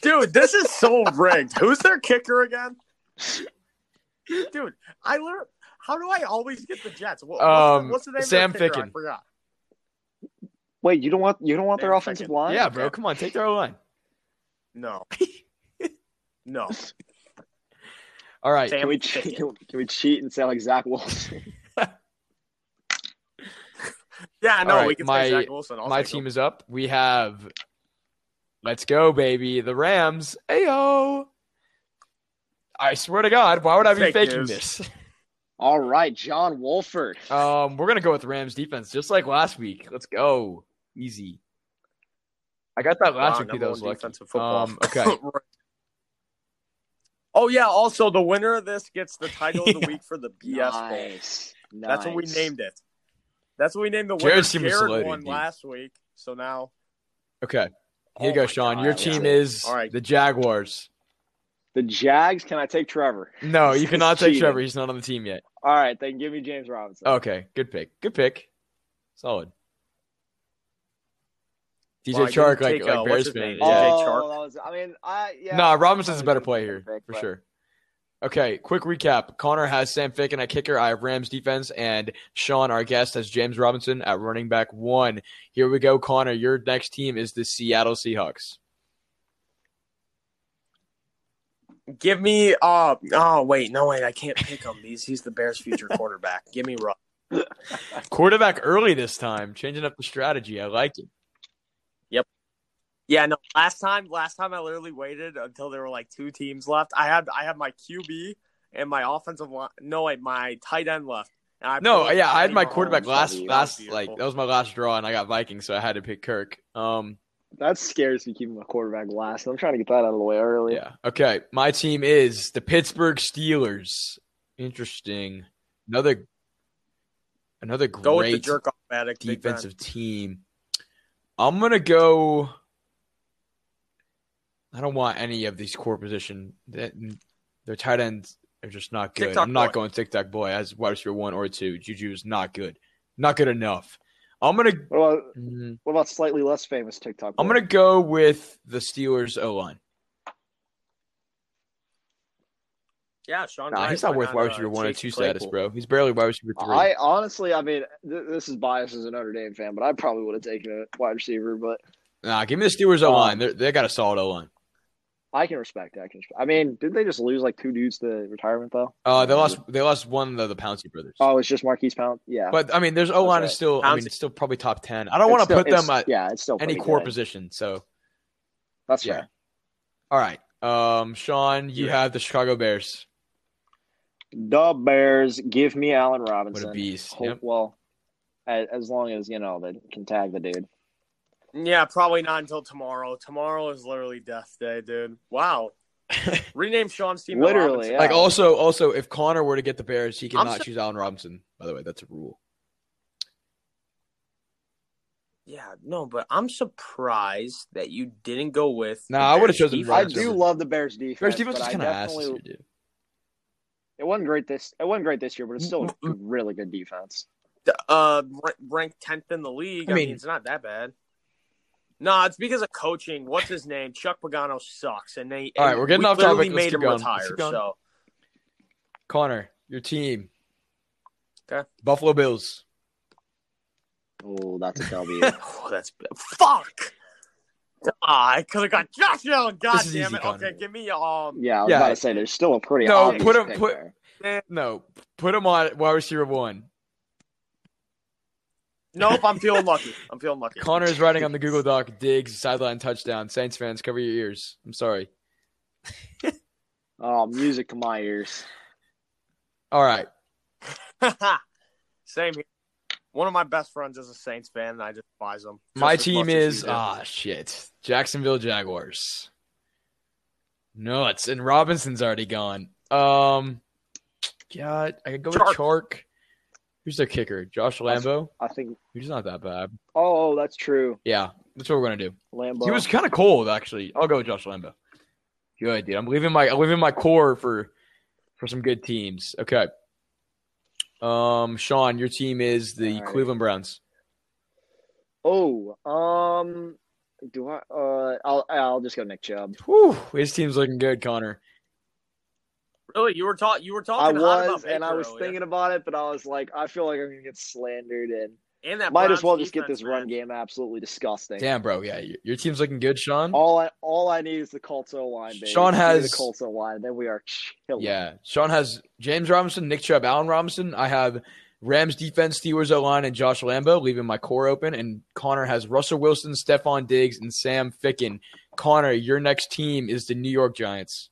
S1: Dude, this is so rigged. Who's their kicker again? Dude, I literally. How do I always get the Jets? What, what's,
S3: Um,
S1: the, what's the name
S3: Sam
S1: of their kicker?
S3: Ficken.
S1: I forgot.
S2: Wait, you don't want you don't want their
S1: Damn,
S2: offensive
S1: second.
S2: line?
S3: Yeah, bro. Come on, take their line.
S1: No.
S3: *laughs*
S1: No.
S3: All right.
S1: Sam
S2: Can we
S1: Ficken.
S2: cheat? Can we- can we cheat and say like Zach Wilson? *laughs*
S1: Yeah, no,
S3: All right,
S1: we can
S3: my-
S1: say Zach Wilson. I'll
S3: My
S1: take
S3: team
S1: him.
S3: is up. We have Let's go, baby. The Rams. Ayo. I swear to God, why would I be
S1: Fake
S3: faking
S1: news.
S3: this?
S2: All right, John Wolford.
S3: Um, we're gonna go with Rams defense, just like last week. Let's go, easy. I got that
S1: Wow,
S3: last week.
S1: number
S3: That was
S1: one
S3: lucky.
S1: defensive football.
S3: Um,
S1: *laughs*
S3: okay.
S1: Oh yeah. Also, the winner of this gets the title of the
S3: *laughs* Yeah.
S1: week for the BS Bowl.
S2: nice.
S1: That's what we
S2: nice.
S1: named it. That's what we named the winner.
S3: Jared's team
S1: Jared
S3: was loaded,
S1: won
S3: dude.
S1: last week, so now
S3: Okay. Here you
S1: Oh
S3: go,
S1: my
S3: Sean.
S1: God,
S3: Your
S1: yeah.
S3: team is
S1: All right.
S3: the Jaguars.
S2: The Jags. Can I take Trevor?
S3: No,
S2: This
S3: you
S2: is
S3: cannot take
S2: cheating.
S3: Trevor. He's not on the team yet.
S2: All right, then give me James Robinson.
S3: Okay. Good pick. Good pick. Solid. DJ
S1: Well, I
S3: Chark,
S1: didn't
S3: like,
S1: take, uh,
S3: like
S1: what's
S3: Bears
S1: his
S3: fan.
S1: name?
S3: Yeah.
S1: DJ
S2: Oh,
S1: Chark.
S2: that was- I mean, I yeah.
S3: Nah, Robinson's a
S2: probably
S3: better
S2: good
S3: play here
S2: pick,
S3: for
S2: but-
S3: sure. Okay, quick recap. Connor has Sam Fick and a kicker. I have Rams defense, and Sean, our guest, has James Robinson at running back one. Here we go, Connor. Your next team is the Seattle Seahawks.
S1: Give me. Uh, oh, wait. No, wait. I can't pick him. He's, he's the Bears' future quarterback. Give me Russ.
S3: Quarterback early this time, changing up the strategy. I like it.
S1: Yeah, no. Last time, last time I literally waited until there were like two teams left. I had I had my QB and my offensive line. No, wait, my tight end left. And I
S3: No,
S1: pulled
S3: yeah, I had
S1: Patty
S3: my
S1: Mahomes.
S3: quarterback last,
S2: That'd be
S3: last,
S1: beautiful.
S3: like that was my last draw, and I got Vikings, so I had to pick Kirk. Um,
S2: That scares me keeping my quarterback last. I'm trying to get that out of the way early.
S3: yeah. Okay, my team is the Pittsburgh Steelers. Interesting. Another, another great
S1: Go with the jerk off addict. Big Ben.
S3: defensive team. I'm gonna go. I don't want any of these core position. That- Their tight ends are just not good.
S1: TikTok
S3: I'm not
S1: boy.
S3: going tic tac boy as wide receiver one or two. Juju is not good. Not good enough. I'm gonna.
S2: What about
S1: Mm-hmm.
S3: mm,
S2: what about slightly less famous TikTok?
S3: I'm
S2: boy?
S3: gonna go with the Steelers O line.
S1: Yeah, Sean.
S3: Nah,
S1: Wright,
S3: he's not
S1: why
S3: worth wide
S1: uh,
S3: receiver one or
S1: Chase
S3: two status,
S1: Claypool?
S3: bro. He's barely wide receiver three.
S2: I honestly, I mean, th- this is biased as a Notre Dame fan, but I probably would have taken a wide receiver. But
S3: nah, give me the Steelers O line.
S2: Um,
S3: They they got a solid O line.
S2: I can respect that. I, can, I mean, did they just lose like two dudes to retirement though?
S3: Uh, they lost. They lost one of the Pouncey brothers.
S2: Oh, it's just Marquise Pound. Yeah,
S3: But I mean, there's O line
S2: right.
S3: is still. I mean,
S1: Pouncey.
S3: it's still probably top ten. I don't
S2: It's
S3: want to
S2: still-
S3: put them
S2: it's-
S3: at
S2: yeah, it's still
S3: any
S2: pretty
S3: core
S2: good.
S3: position. So
S2: That's
S3: yeah.
S2: fair.
S3: all right, um, Sean, you
S1: Yeah.
S3: have the Chicago Bears.
S2: The Bears give me Allen
S3: What
S2: Robinson.
S3: a beast!
S2: Hope,
S3: Yep.
S2: Well, as, as long as you know they can tag the dude.
S1: Yeah, probably not until tomorrow. Tomorrow is literally death day, dude.
S2: *laughs*
S1: Wow. Rename Sean's team. to
S2: Literally,
S1: Robinson.
S2: yeah.
S3: Like also, also, if Connor were to get the Bears, he cannot
S1: so-
S3: choose Allen Robinson. By the way, that's a rule.
S1: Yeah, no, but I'm surprised that you didn't go with.
S3: Nah,
S1: the
S3: I would've
S1: Bears
S3: chosen
S1: defense.
S2: I
S3: Right,
S2: do
S3: so-
S2: love the Bears defense.
S3: Bears defense
S2: but
S3: is
S2: I
S3: kind of ass this
S2: definitely-
S3: year, dude.
S2: It wasn't great this. It wasn't great this year, but it's
S3: Mm,
S2: still a really good defense.
S1: Uh, ra- ranked tenth in the league.
S3: I
S1: I
S3: mean-
S1: mean, it's not that bad. Nah, it's because of coaching. What's his name? Chuck Pagano sucks, and they.
S3: All right,
S1: and
S3: we're getting
S1: we
S3: off topic.
S1: literally
S3: Let's
S1: Made
S3: keep
S1: him
S3: going.
S1: retire.
S3: Let's keep going. *laughs*
S1: So *laughs*
S3: Connor, your team.
S1: Okay.
S3: Buffalo Bills.
S2: Oh, that's a *laughs* W.
S1: oh, that's fuck. Ah, I could have got Josh Allen. God
S3: is
S1: damn
S3: easy,
S1: it.
S3: Connor.
S1: Okay, give me um.
S2: yeah, I was
S3: Yeah.
S2: about to say there's still a pretty
S3: No,
S2: obvious
S3: put him-
S2: pick
S3: put-
S2: there.
S3: No, put him on wide receiver one.
S1: Nope, I'm feeling lucky. I'm feeling lucky.
S3: Connor is writing on the Google Doc. Diggs sideline touchdown. Saints fans, cover your ears. I'm sorry.
S2: Oh, music to my ears.
S3: All right.
S1: *laughs* Same here. One of my best friends is a Saints fan, and I despise him. Just
S3: My
S1: as
S3: team
S1: much as
S3: is
S1: you do.
S3: ah shit. Jacksonville Jaguars. Nuts. And Robinson's already gone. Um God, I could go
S1: Chark.
S3: with Chark. Who's their kicker? Josh
S2: That's-
S3: Lambo?
S2: I think.
S3: Who's not that bad.
S2: Oh, that's true.
S3: Yeah, that's what we're gonna do.
S2: Lambo.
S3: He was kinda cold actually. I'll go with Josh Lambo. Good dude. I'm leaving my I'm leaving my core for for some good teams. Okay. Um Sean, your team is the
S2: All right.
S3: Cleveland Browns.
S2: Oh, um, do I? Uh, I'll I'll just go Nick Chubb.
S3: Whew, his team's looking good, Connor.
S1: really Oh, you were talking. You were
S2: I
S1: talking. hot about
S2: was,
S1: Baker
S2: and I was
S1: earlier.
S2: thinking about it, but I was like, I feel like I'm gonna get slandered, and
S1: And that
S2: might as
S1: Browns
S2: well just get
S1: defense,
S2: this run
S1: man.
S2: game absolutely disgusting.
S3: Damn, bro. Yeah, your, your team's looking good, Sean.
S2: All I all I need is the Colts O line. Baby.
S3: Sean
S2: Give me
S3: has-
S2: the Colts O line. Then we are chilling.
S3: Yeah, Sean has James Robinson, Nick Chubb, Allen Robinson. I have Rams defense, Steelers O line, and Josh Lambo, leaving my core open. And Connor has Russell Wilson, Stephon Diggs, and Sam Ficken. Connor, your next team is the New York Giants.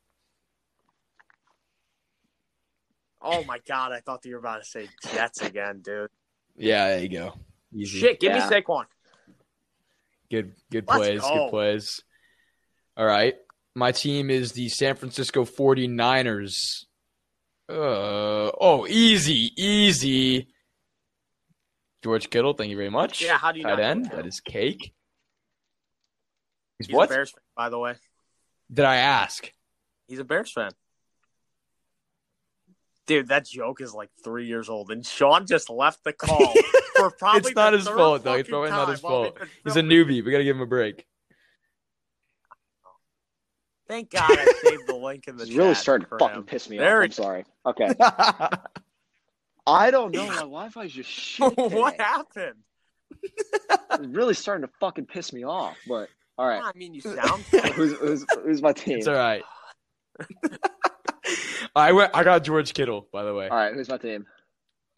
S1: Oh my god! I thought you were about to
S2: *laughs*
S1: say Jets again, dude.
S3: Yeah, there you go. Easy.
S1: Shit, give
S2: Yeah.
S1: me Saquon.
S3: Good, good
S1: Let's
S3: plays.
S1: go.
S3: Good plays. All right, my team is the San Francisco 49ers. Uh, oh, easy, easy. George Kittle, thank you very much.
S1: Yeah, how do you
S3: tight
S1: not know
S3: end.
S1: Kittle?
S3: That is cake. He's
S1: He's
S3: what?
S1: a Bears fan, by the way.
S3: Did I ask?
S1: He's a Bears fan. Dude, that joke is like three years old, and Sean just left the
S3: *laughs*
S1: call for probably.
S3: It's not
S1: the
S3: his
S1: third
S3: fault, though. It's
S1: fucking
S3: probably not
S1: time
S3: his
S1: while we've
S3: fault.
S1: been
S3: He's a
S1: filming.
S3: newbie. We gotta give him a break.
S1: *laughs* Thank God I saved the link in the
S2: It's
S1: chat.
S2: really starting to
S1: for
S2: fucking
S1: him.
S2: piss me
S1: There
S2: off.
S1: it-
S2: I'm sorry. Okay. I don't know. My Wi-Fi's
S3: *laughs*
S2: just shit.
S1: *laughs*
S2: Today.
S1: what happened?
S2: It's really starting to fucking piss me off. But all right,
S1: I mean, you
S2: *laughs*
S1: sound. fine.
S2: who's who's, who's my team?
S3: it's all right. *laughs* I went. I got George Kittle, by the way.
S2: All right, who's my team?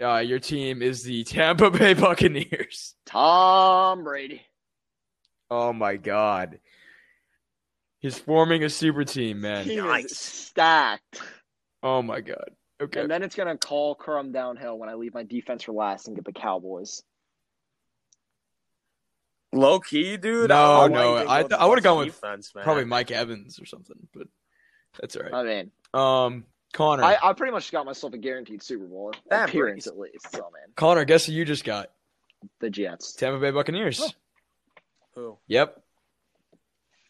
S3: Uh, your team is the Tampa Bay *laughs* Buccaneers.
S2: Tom Brady.
S3: Oh my God, he's forming a super team, man.
S2: Team
S1: Nice.
S2: is stacked.
S3: Oh my God. Okay.
S2: And then it's gonna call Crum downhill when I leave my defense for last and get the Cowboys.
S1: Low key, dude.
S3: No,
S1: I don't
S3: no,
S1: wanna even
S3: I
S1: go
S3: th-
S1: to
S3: I would've
S1: the
S3: gone with
S1: defense, man.
S3: Probably Mike Evans or something, but that's all right.
S2: I mean,
S3: Um, Connor.
S2: I, I pretty much got myself a guaranteed Super Bowl
S1: That
S2: appearance at least. So man,
S3: Connor, guess who you just got?
S2: the Jets.
S3: Tampa Bay Buccaneers.
S2: Oh.
S1: Who?
S3: Yep.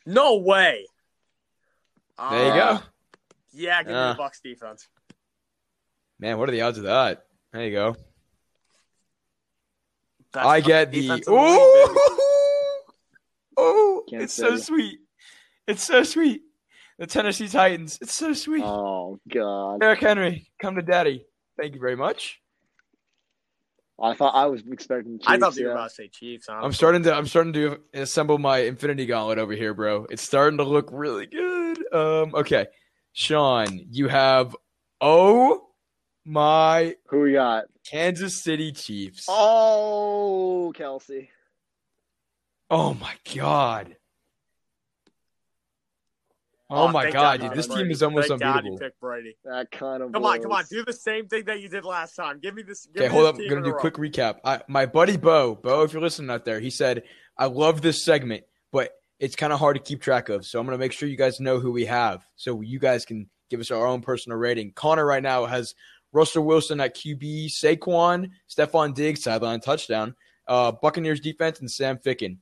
S1: No way.
S3: There you
S1: Uh,
S3: go.
S2: Ah.
S1: Yeah, give me
S3: Ah.
S1: the Bucks defense.
S3: Man, what are the odds of that? There you go.
S1: Best
S3: I get the.
S1: defense in league, baby.
S3: Ooh! *laughs* Oh,
S2: Kansas
S3: it's so
S2: City.
S3: sweet. It's so sweet. The Tennessee Titans. It's so sweet.
S2: Oh god,
S3: Eric Henry, come to daddy. Thank you very much.
S2: I thought I was expecting. Chiefs,
S1: I thought you were
S2: yeah.
S1: about to say Chiefs. Honestly.
S3: I'm starting to. I'm starting to assemble my Infinity Gauntlet over here, bro. It's starting to look really good. Um. Okay, Sean, you have. Oh my
S2: Who we got?
S3: Kansas City Chiefs.
S2: Oh, Kelsey.
S3: Oh my god. Oh,
S1: Aw,
S3: my
S1: Oh, thank
S3: god,
S1: you
S3: dude.
S1: picked
S3: This team
S1: Brady.
S3: is almost
S1: thank
S3: unbeatable.
S1: God you picked Brady.
S2: That kind of
S1: Come on, come on, do the same thing that you did last time. Give me this. Give
S3: Okay,
S1: me
S3: hold
S1: this
S3: up. I'm
S1: team
S3: gonna
S1: in a
S3: do a
S1: row.
S3: quick recap. I, my buddy Bo, Bo, if you're listening out there, he said, I love this segment, but it's kind of hard to keep track of. So I'm gonna make sure you guys know who we have so you guys can give us our own personal rating. Connor right now has Russell Wilson at QB, Saquon, Stephon Diggs, sideline touchdown, uh, Buccaneers defense, and Sam Ficken.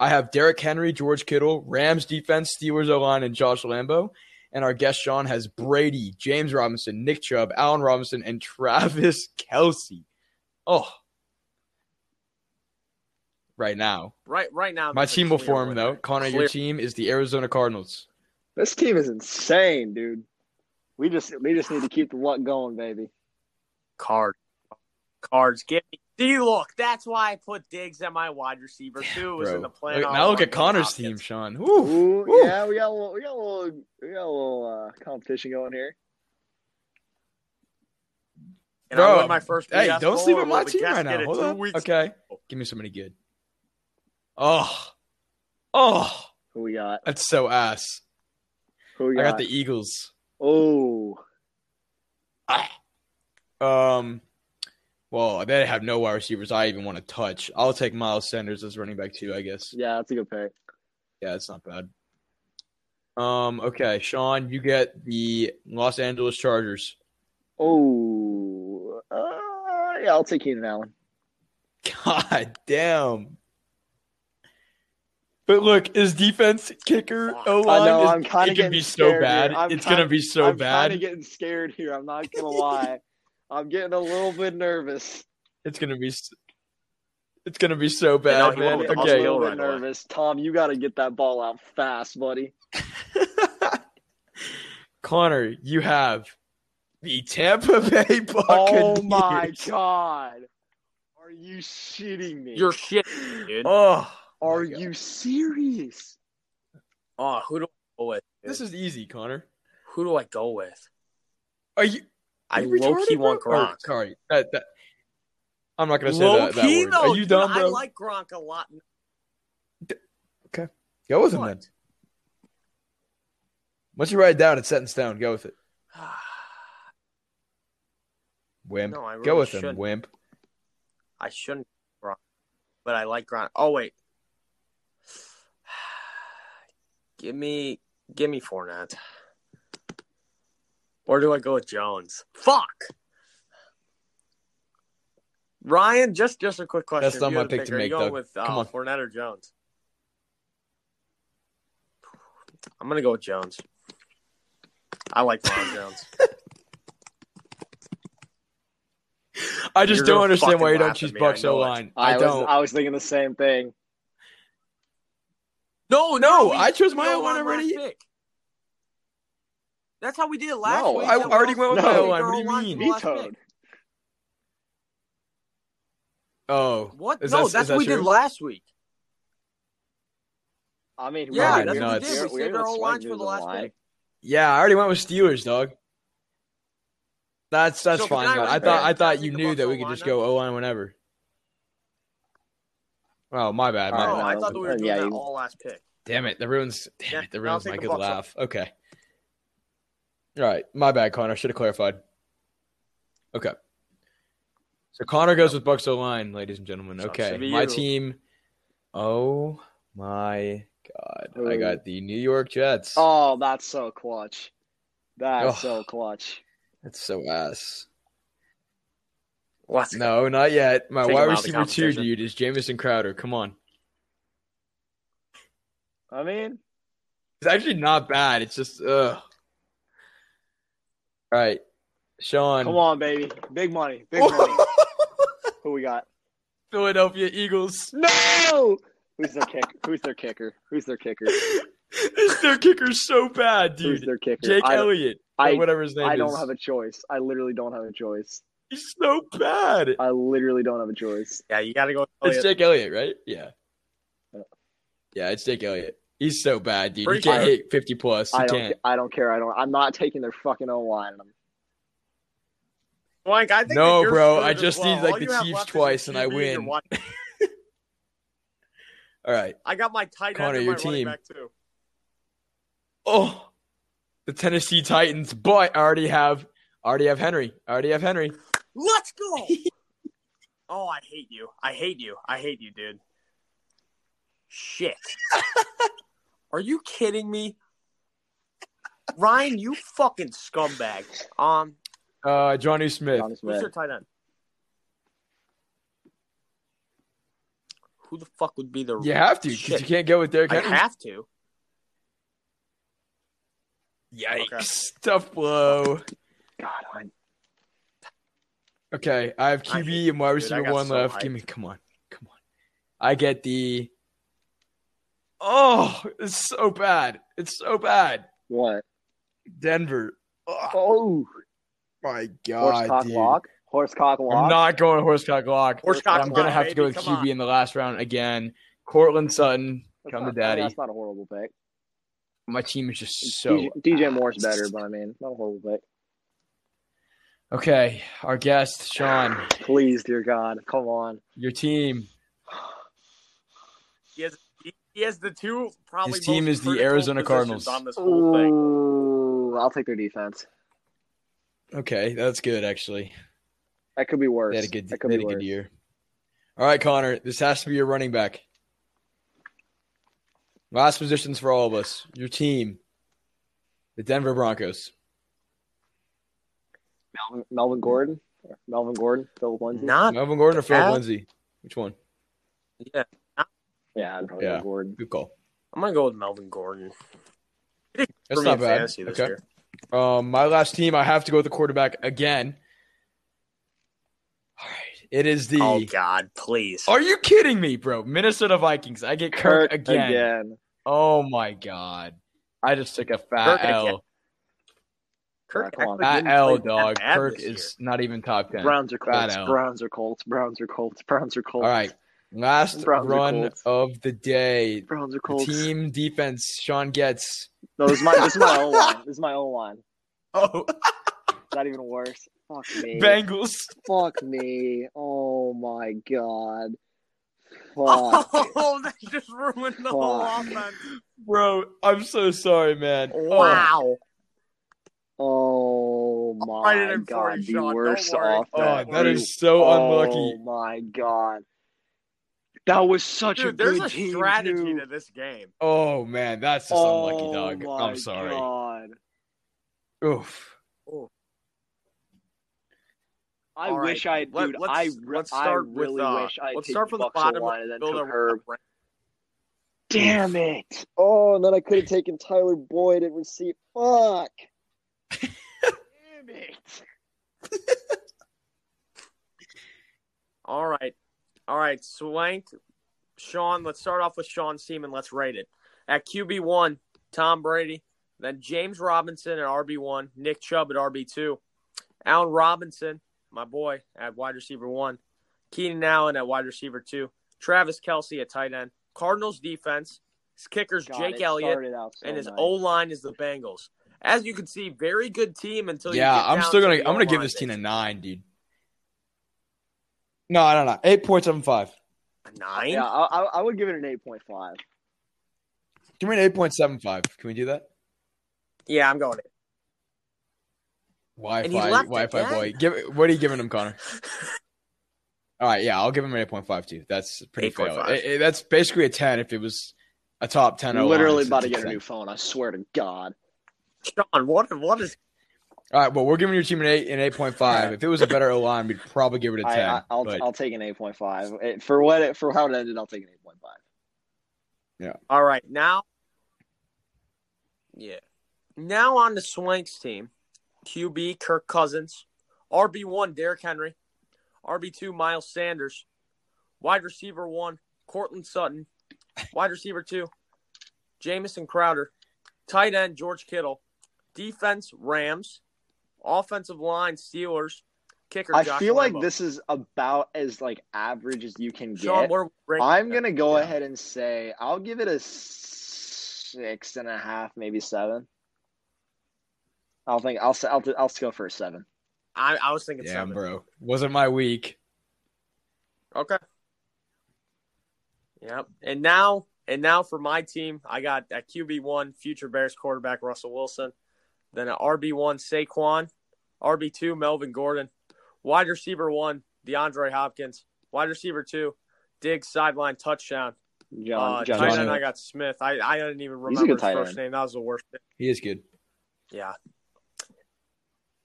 S3: I have Derek Henry, George Kittle, Rams defense, Steelers O line, and Josh Lambo. And our guest Sean has Brady, James Robinson, Nick Chubb, Allen Robinson, and *laughs* Travis Kelsey. Oh, right now,
S1: Right, right now.
S3: my
S1: there's a
S3: team will
S1: clear
S3: form
S1: winner.
S3: though. Connor,
S1: Clear-
S3: your team is the Arizona Cardinals.
S2: This team is insane, dude. We just we just need to keep the luck going, baby.
S1: Card, cards. Give me. See, look, that's why I put Diggs at my wide receiver too. Was in
S3: Bro,
S1: the
S3: look,
S1: plan. all
S3: now look
S1: along
S3: at
S1: with
S3: Connor's
S1: Hopkins.
S3: team, Sean. Ooh,
S2: Ooh,
S3: Woo.
S2: yeah, we got a little, we got a little, we got a little uh, competition going here.
S1: And I
S3: Bro,
S1: won my first.
S3: hey,
S1: BS
S3: don't sleep
S1: bowl
S3: on my
S1: with the
S3: team
S1: Jets
S3: right
S1: did
S3: now.
S1: it
S3: Hold
S1: two
S3: up.
S1: weeks
S3: Okay,
S1: ago.
S3: give me somebody good. Oh, oh,
S2: Who we got?
S3: that's so ass.
S2: Who we
S3: I
S2: got?
S3: got the Eagles.
S2: Oh,
S3: Ah. Um, well, they have no wide receivers I even want to touch. I'll take Miles Sanders as running back too, I guess.
S2: yeah, that's a good pick.
S3: Yeah, it's not bad. Um, okay, Sean, you get the Los Angeles Chargers. *laughs*
S2: Oh, uh, yeah, I'll take Keenan Allen.
S3: God damn. But look, his defense kicker
S1: Fuck.
S3: O
S2: I know,
S3: line
S2: I'm
S3: is
S2: kind
S3: it
S2: of
S3: can
S2: getting
S3: be
S2: scared
S3: so bad.
S2: Here. I'm
S3: It's
S2: kinda,
S3: gonna be so
S2: I'm kind of
S3: bad.
S2: getting scared here. I'm not gonna lie. I'm getting a little bit nervous.
S3: It's gonna be. s- It's gonna be so
S1: now
S3: bad,
S1: he went
S3: man.
S1: with the
S2: I'm a
S3: Okay,
S1: Buffalo
S2: little
S1: right
S2: bit
S1: away.
S2: nervous. Tom, you got to get that ball out fast, buddy.
S3: *laughs* Connor, you have the Tampa Bay Buccaneers.
S2: Oh
S3: *laughs*
S2: my god. Are you shitting me?
S1: You're shit, dude. Oh,
S3: Oh,
S2: Are
S3: my God.
S2: you serious?
S1: Oh, who do I go with? dude?
S3: This is easy, Connor.
S1: Who do I go with?
S3: Are you?
S1: I
S3: You
S1: low key
S3: retarded,
S1: want
S3: bro? Or,
S1: Gronk.
S3: sorry, that, that, I'm not gonna say
S1: Low
S3: that, that
S1: key
S3: word.
S1: though,
S3: Are you
S1: dude,
S3: dumb, bro?
S1: I like Gronk a
S3: *sighs*
S1: lot. *sighs*
S3: Go with him
S1: What?
S3: then. Once you write it down, it's set in stone. Go with it, wimp.
S1: No, I really
S3: Go with him,
S1: shouldn't.
S3: wimp.
S1: I shouldn't, Gronk, but I like Gronk. Oh wait, *sighs* give me, give me Fournette. Or do I go with Jones? Fuck. Ryan, just just a quick question.
S3: That's
S1: If
S3: not
S1: you
S3: my
S1: had
S3: pick to
S1: are you
S3: make,
S1: going
S3: Doug.
S1: With uh,
S3: Come on.
S1: Fournette or Jones? I'm gonna go with Jones. I like Ronald Jones.
S3: I just
S1: You're
S3: don't
S1: gonna
S3: understand
S1: fucking
S3: why you
S1: laugh
S3: don't
S1: at
S3: choose
S1: me, I
S3: Bucks
S1: know
S3: O
S1: it.
S3: line.
S2: I,
S3: I,
S2: was
S3: don't.
S2: I was thinking the same thing.
S1: No,
S3: no,
S1: we-
S3: I chose my
S1: we
S3: O line
S1: last
S3: already.
S1: pick. That's how we did it last
S2: No,
S1: week.
S2: I
S1: That was
S3: already
S1: us
S3: went
S2: with
S1: picking
S2: my
S1: our
S2: O-line.
S3: What do you
S1: O-line for
S3: mean?
S1: the last pick.
S2: Vetoed.
S3: Oh,
S1: What?
S3: Is
S1: no,
S3: that- is
S1: that's
S3: that
S1: what we did
S3: true?
S1: last week.
S2: I mean,
S1: Yeah,
S2: we're-
S3: that's what we did.
S2: we're-
S1: We
S2: we're
S1: saved
S2: gonna
S1: our whole
S2: swing
S1: lines for
S2: through
S1: the last
S2: line.
S1: pick.
S3: yeah, I already went with Steelers, dog. That's that's
S1: So,
S3: fine.
S1: can I
S3: God. I
S1: win
S3: thought
S1: back?
S3: I thought
S1: Can I
S3: you
S1: pick the
S3: knew
S1: Bucks
S3: that
S1: O
S3: we could
S1: line
S3: just
S1: then?
S3: go O line whenever. Oh, my bad, my
S2: All
S1: No,
S2: right,
S3: bad.
S1: I
S2: no,
S1: thought that we were doing
S2: yeah,
S1: that
S2: you-
S1: all last pick.
S3: Damn it, the ruins. Damn
S1: Yeah,
S3: it, the
S1: I'll
S3: ruins.
S1: take
S3: My
S1: the
S3: good
S1: Bucks O.
S3: laugh. Okay. All right, my bad, Connor. Should have clarified. Okay. So Connor goes with Bucks O line, ladies and gentlemen.
S1: So it
S3: Okay,
S1: should be
S3: my
S1: you.
S3: team. Oh my god! I
S2: Ooh.
S3: got the New York Jets.
S2: Oh, that's so clutch. That's
S3: Ugh.
S2: so clutch.
S3: That's so ass.
S1: Let's
S3: No, not yet. My
S1: Take him out
S3: wide
S1: of the
S3: receiver two
S1: conversation.
S3: dude is Jamison Crowder. Come on,
S2: I mean,
S3: it's actually not bad. It's just ugh. All right, Sean.
S2: come on, baby, big money, big money.
S3: *laughs*
S2: Who we got?
S3: Philadelphia Eagles. *laughs*
S2: No. Who's their kick? Who's their kicker? Who's their kicker?
S3: It's their kicker's so bad,
S2: Who's
S3: dude.
S2: their kicker?
S3: Jake
S2: I,
S3: Elliott.
S2: I-
S3: or whatever his name
S2: I
S3: is.
S2: don't have a choice. I literally don't have a choice.
S3: He's so bad.
S2: I literally don't have a choice.
S1: Yeah, you got to go.
S3: It's Jake Elliott, right? Yeah. Yeah, it's Jake Elliott. He's so bad, dude. He
S1: Pretty
S3: can't
S1: sure.
S3: hit 50 plus. He
S2: I don't.
S3: can't.
S2: I don't care. I don't. I'm not taking their fucking O line.
S1: Like, I think
S3: No,
S1: that you're
S3: bro,
S1: screwed
S3: I
S1: as
S3: just
S1: well.
S3: need, like,
S1: All
S3: the
S1: you have
S3: Chiefs
S1: left is
S3: twice and I
S1: QB your
S3: win.
S1: wide-
S3: All right.
S1: I got my tight end
S3: Connor,
S1: and
S3: your
S1: my running
S3: team.
S1: back too.
S3: Oh, the Tennessee Titans, but I already have, I already have Henry. I already have Henry.
S1: Let's go. *laughs* oh, I hate you. I hate you. I hate you, dude. *laughs* Shit. Are you kidding me? Ryan, you fucking scumbag. Um,
S3: Uh, Johnny Smith.
S2: Honest
S1: who's
S2: man.
S1: your tight end? Who the fuck would be the
S3: You have to because
S1: Shit.
S3: you can't go with Derrick
S1: I
S3: Henry.
S1: have to.
S3: Yikes!
S1: Okay.
S3: Tough blow.
S2: God, I
S3: Okay, I have
S1: I hate
S3: QB and wide
S1: dude. I
S3: receiver
S1: got
S3: one
S1: so
S3: left.
S1: hyped.
S3: Give me, come on, come on. I get the. Oh, it's so bad. It's so bad.
S2: what?
S3: Denver. Oh
S2: Oh,
S3: my god,
S2: horsecock
S3: dude.
S2: lock. Horsecock lock.
S3: I'm not going horsecock lock.
S1: Horsecock
S3: I'm gonna
S1: lock,
S3: have to go
S1: baby,
S3: with
S1: come
S3: QB
S1: on.
S3: in the last round again. Cortland Sutton,
S2: That's
S3: come
S2: not-
S3: to daddy.
S2: That's not a horrible pick.
S3: My team is just so
S2: DJ, DJ Moore's better, but I mean, not a horrible pick.
S3: Okay, our guest Sean,
S2: Please, dear God, come on.
S3: your team.
S1: He has, he, he has the two probably
S3: His team
S1: most
S3: is the
S1: critical
S3: Arizona
S1: positions
S3: Cardinals.
S1: on this whole thing.
S2: Ooh, I'll take their defense.
S3: Okay, that's good actually.
S2: That could be worse.
S3: They had a good,
S2: that
S3: they
S2: could
S3: had
S2: be
S3: a
S2: worse.
S3: good year. All right, Connor, this has to be your running back. Last positions for all of us. Your team, the Denver Broncos.
S2: Melvin, Melvin Gordon, Melvin Gordon, Philip Lindsay.
S1: Not
S3: Melvin Gordon or Philip
S1: Uh,
S3: Lindsay? Which one?
S2: yeah, I'd probably
S3: Yeah.
S2: go Gordon.
S3: Good call.
S1: I'm gonna go with Melvin Gordon.
S3: That's
S1: for me
S3: not
S1: in
S3: bad.
S1: fantasy this
S3: Okay.
S1: year.
S3: Um, my last team, I have to go with the quarterback again. All right, it is the.
S1: Oh God, please.
S3: Are you kidding me, bro? Minnesota Vikings. I get Kirk,
S2: Kirk
S3: again. Oh my god. I just took a fat
S1: Kirk again.
S3: L.
S1: Kirk
S2: Come on.
S1: actually
S3: Fat
S1: didn't
S3: L,
S1: play that
S3: dog.
S1: bad
S3: Kirk
S1: this year.
S3: is not even top 10.
S2: Browns are
S3: Fat
S2: Colts.
S3: L.
S2: Browns are Colts. Browns are Colts. Browns are
S3: All
S2: Colts.
S3: right. Last
S2: Browns are
S3: run
S2: Colts.
S3: of the day.
S2: Browns are
S3: The
S2: Colts.
S3: team defense, Sean gets.
S2: No, this is my this is
S3: *laughs*
S2: my O line. This is my O line.
S3: Oh,
S2: Not even worse. Fuck me.
S3: Bengals.
S2: Fuck me. Oh my god.
S1: *laughs*
S2: Fuck.
S1: Oh, that just ruined the whole
S2: Fuck.
S1: offense.
S3: Bro, I'm so sorry, man.
S1: Wow.
S2: Oh
S1: I'll write it
S2: my
S1: in for
S2: god.
S1: you,
S2: The
S1: Sean. Don't
S2: worst
S1: worry.
S2: offense.
S3: Oh, oh, that
S2: The
S3: is so
S2: Oh
S3: unlucky.
S2: my god. That was such a
S1: Dude,
S2: good
S1: there's a
S2: team,
S1: strategy
S2: too.
S1: to this game.
S3: Oh, man. That's just
S2: Oh
S3: unlucky, dog.
S2: my
S3: I'm sorry.
S2: God.
S3: Oof.
S2: I
S1: All
S2: wish I
S1: right,
S2: dude.
S1: let- let's-
S2: I, re-
S1: let's start
S2: I
S1: with,
S2: really
S1: uh,
S2: wish I
S1: let's
S2: taken
S1: start from the
S2: Bucks
S1: bottom
S2: O-line and then
S1: Build
S2: took
S1: a-
S2: Herb. *laughs* Damn it! Oh, and then I could have taken Tyler Boyd at receive. Fuck. Damn it!
S1: All right. All right. Swanked. Sean, let's start off with Sean Seaman. Let's rate it. At QB1, Tom Brady. Then James Robinson at RB1. Nick Chubb at RB2. Allen Robinson, my boy, at wide receiver 1. Keenan Allen at wide receiver 2. Travis Kelsey at tight end. Cardinals defense. His kicker's
S2: God,
S1: Jake
S2: it
S1: Elliott.
S2: started out so
S1: and his
S2: nice.
S1: O line is the Bengals. As you can see, very good team until you
S3: yeah,
S1: get
S3: I'm
S1: down
S3: still
S1: to
S3: gonna
S1: the
S3: I'm gonna give
S1: O-line
S3: this team a
S1: bits.
S3: nine, dude. No, no, no. Eight point seven five.
S1: A nine.
S2: Yeah, I, I I would give it an eight point five.
S3: Give me an eight point seven five. Can we do that?
S1: Yeah, I'm going.
S3: Wi
S1: he
S3: Fi
S1: left
S3: Wi Fi
S1: again?
S3: boy. Give what are you giving
S1: *laughs*
S3: him, Connor? All right, yeah, I'll give him an eight point five too. That's pretty fair.
S1: 8.5.
S3: It- it- that's basically a ten if it was a top ten.
S2: I'm literally about to
S3: it's
S2: get a new
S3: 10.
S2: phone. I swear to God.
S1: Sean, what what is
S3: All right, well, we're giving your team an eight an eight
S1: *laughs*
S3: point five. if it was a better O line, we'd probably give it a
S2: I,
S3: ten.
S2: I, I'll
S3: but-
S2: I'll take an eight point five for what it, for how it ended. I'll take an eight point five.
S1: all right now? Yeah, now on the Swanks team, QB Kirk Cousins, RB one Derrick Henry, RB two Miles Sanders, wide receiver one Cortland Sutton, wide receiver two Jamison Crowder, tight end George Kittle, defense Rams, offensive line Steelers, kicker.
S2: I
S1: Josh
S2: feel like
S1: Lambo.
S2: this is about as like average as you can
S1: Sean,
S2: get.
S1: we're
S2: I'm gonna go
S3: Yeah.
S2: ahead and say I'll give it a six and a half, maybe seven. I'll think I'll s- I'll I'll go for a seven.
S1: I, I was thinking
S3: Damn,
S1: seven.
S3: bro, wasn't my week.
S1: Okay. Yep. And now, and now for my team, I got at QB one future Bears quarterback Russell Wilson, then at RB one Saquon, RB two Melvin Gordon, wide receiver one DeAndre Hopkins, wide receiver two Diggs sideline touchdown.
S2: John,
S1: uh,
S2: John
S1: tight
S3: Smith.
S1: end I got Smith. I I didn't even
S2: He's a
S1: remember
S2: good
S1: his
S2: tight
S1: first
S2: end.
S1: name. That was the worst. Thing.
S3: He is good.
S1: Yeah.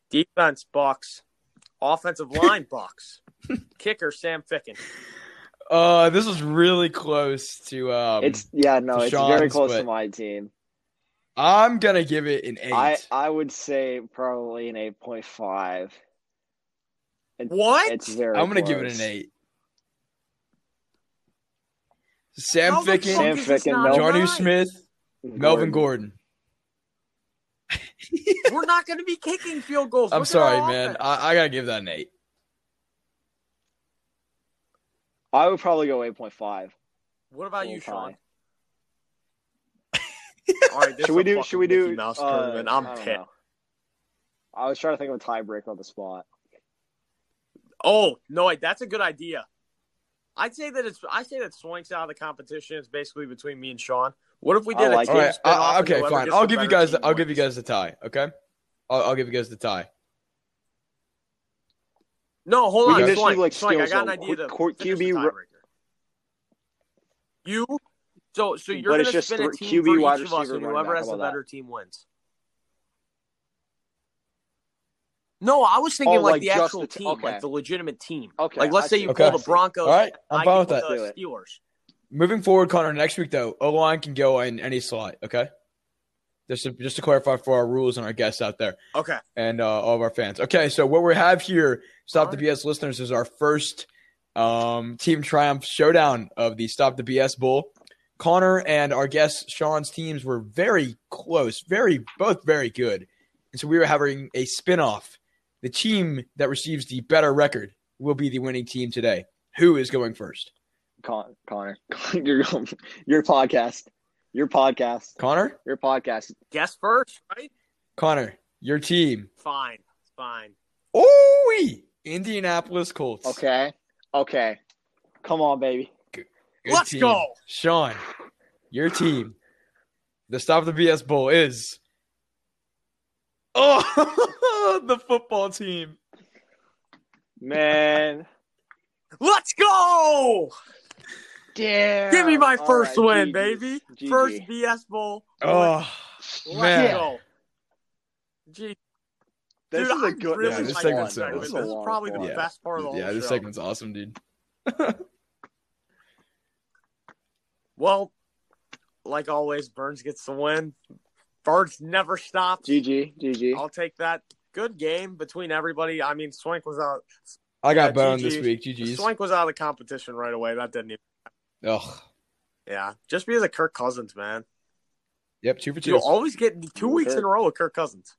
S1: Defense Bucks, offensive line
S2: *laughs*
S1: Bucks, kicker Sam Ficken.
S3: Uh, this was really close to. Um,
S2: it's yeah, no, it's very
S3: Deshaun's,
S2: close to
S3: but-
S2: my team.
S3: I'm gonna give it an eight.
S2: I I would say probably an eight point five.
S1: What?
S2: It's very.
S3: I'm gonna give it
S2: close.
S3: an eight. Sam
S1: How the
S3: Ficken,
S1: fuck
S2: Sam
S1: is this
S2: Ficken,
S1: not
S2: Melvin-
S3: Johnny
S1: right?
S3: Smith, Melvin Gordon.
S1: We're not going to be kicking field goals.
S3: I'm
S1: Look at
S3: sorry,
S1: our
S3: man.
S1: offense.
S3: I, I gotta give that an eight.
S2: I would probably go eight point five.
S1: what about you,
S2: Okay.
S1: Sean? *laughs* All right, this
S2: Should we
S1: is a
S2: do? Should we
S1: fucking
S2: do?
S1: Mickey Mouse
S2: uh,
S1: tournament. I'm
S2: I don't
S1: pissed.
S2: know. I was trying to think of a tiebreaker on the spot.
S1: Oh no, wait, that's a good idea. I'd say that it's. I say that Swanks out of the competition is basically between me and Sean. What if we
S2: I
S1: did
S2: like
S1: a
S2: it.
S3: All
S1: team
S3: right.
S1: spin-off
S3: I-
S1: and
S3: I- uh, okay,
S1: whoever
S3: fine.
S1: gets
S3: I'll
S1: the
S3: give you
S1: better
S3: guys. The,
S1: team
S3: I'll give you
S1: wins?
S3: guys the tie. Okay. I'll, I'll give you guys the tie.
S1: No, hold
S2: We
S1: on,
S2: can just
S1: Swank.
S2: do, like,
S1: Swank, I
S2: skills
S1: got an
S2: on
S1: idea. To
S2: court-
S1: finish the
S2: QB
S1: tiebreaker. You. So, so you're
S2: But
S1: going
S2: it's
S1: to
S2: just
S1: spin a
S2: three-
S1: team
S2: QB
S1: for
S2: wide
S1: each of us,
S2: receiver,
S1: and
S2: running
S1: whoever
S2: back,
S1: has
S2: how
S1: the
S2: about that?
S1: better team wins. No, I was thinking
S2: Oh,
S1: like,
S2: like
S1: the
S2: just
S1: actual
S2: the t-
S1: team,
S2: okay.
S1: like the legitimate team.
S2: Okay,
S1: Like let's
S2: I
S1: say
S2: see.
S1: you
S3: Okay.
S1: pull the Broncos.
S3: All right. I'm
S1: I
S3: fine with
S1: pull
S3: that.
S1: The Steelers.
S3: Moving forward, Connor. Next week, though, O line can go in any slot. Okay. Just to, just to clarify for our rules and our guests out there.
S1: Okay.
S3: and uh, all of our fans. Okay, so what we have here, Stop
S1: All
S3: the BS listeners, is our first um, team triumph showdown of the Stop the BS Bowl. Connor and our guest Sean's teams were very close, very both very good, and so we were having a spinoff. The team that receives the better record will be the winning team today. Who is going first?
S2: Con- Connor, *laughs* your your podcast, your podcast,
S3: Connor,
S2: your podcast.
S1: Guess first, right?
S3: Connor, your team.
S1: Fine. Fine.
S3: Ooh, Indianapolis Colts.
S2: Okay, okay, come on, baby.
S3: Good
S1: Let's
S3: team.
S1: go.
S3: Sean. Your team, the Stop the BS Bowl is. Oh, *laughs* the football team.
S2: Man,
S1: Let's go.
S2: damn!
S1: Give me my
S2: All
S1: first
S2: right,
S1: win,
S2: GG.
S1: baby.
S2: GG.
S1: First BS bowl.
S3: Oh,
S1: Let's
S3: man.
S1: go. Gee,
S2: This
S1: dude,
S2: is a
S1: I
S2: good.
S1: really
S3: Yeah, this
S1: like
S3: segment's
S1: segment.
S3: awesome.
S1: This
S3: This
S1: is
S3: is
S1: probably the
S3: fun. Yeah.
S1: best part of the whole
S3: Yeah, this
S1: show.
S3: segment's awesome, dude.
S1: Well, like always, Burns gets the win. Burns never stops.
S2: GG, GG.
S1: I'll take that. Good game between everybody. I mean, Swank was out.
S3: I got
S1: Yeah,
S3: boned
S1: GGs.
S3: this week. GG's.
S1: Swank was out of the competition right away. That didn't even.
S3: Ugh.
S1: Yeah, just because of Kirk Cousins, man.
S3: Yep. Two for two.
S1: You always get two
S2: Yeah.
S1: weeks in a row with Kirk Cousins.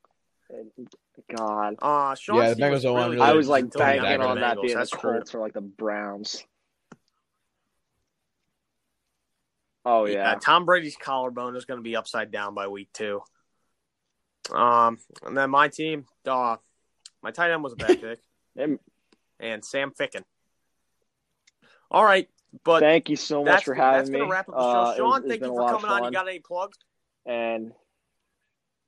S2: God,
S1: Uh, Sean
S3: Yeah, the
S1: Stevens
S3: Bengals don't want
S1: really
S3: to
S2: I
S3: Really
S2: was like
S1: until he got
S2: banking
S1: to
S2: on
S1: the
S2: that
S1: Bengals.
S2: being the
S1: That's true.
S2: Colts or like the Browns. Oh yeah,
S1: Tom Brady's collarbone is going to be upside down by week two. Um, and then my team, uh, my tight end was a
S2: *laughs*
S1: bad pick,
S2: And
S1: and Sam Ficken. All right, but
S2: thank you so
S1: that's
S2: much for
S1: that's
S2: having
S1: gonna
S2: me.
S1: wrap up
S2: Uh,
S1: the
S2: it
S1: show.
S2: was-
S1: Sean,
S2: it's
S1: thank
S2: been
S1: you
S2: a
S1: for
S2: lot of
S1: coming on. You
S2: fun.
S1: got any plugs?
S2: and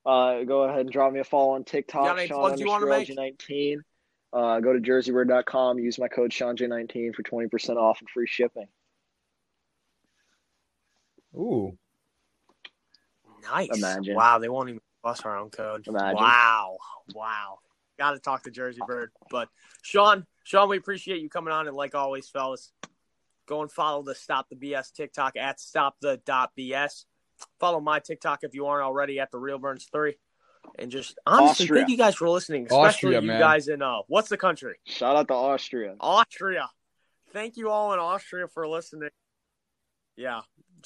S2: uh, go ahead and drop me a follow on
S1: You got
S2: TikTok,
S1: any
S2: Sean
S1: plugs you wanna
S2: underscore
S1: make?
S2: LG19. Uh, go to jerseywear.com, use my code SeanJ19 for 20% off and free shipping.
S3: Ooh.
S1: Nice.
S2: Imagine.
S1: Wow, they won't even give us our own code.
S2: Imagine.
S1: Wow, wow. Got to talk to Jersey Bird, but Sean, Sean, we appreciate you coming on, and like always, fellas, go and follow the Stop the BS TikTok at Stop the dot BS. Follow my TikTok if you aren't already at the Real Burns Three, and just honestly,
S2: Austria.
S1: thank you guys for listening, especially
S3: Austria,
S1: you
S3: man.
S1: guys in uh, what's the country?
S2: Shout out to Austria.
S1: Oh, Austria. Thank you all in Austria for listening. Yeah.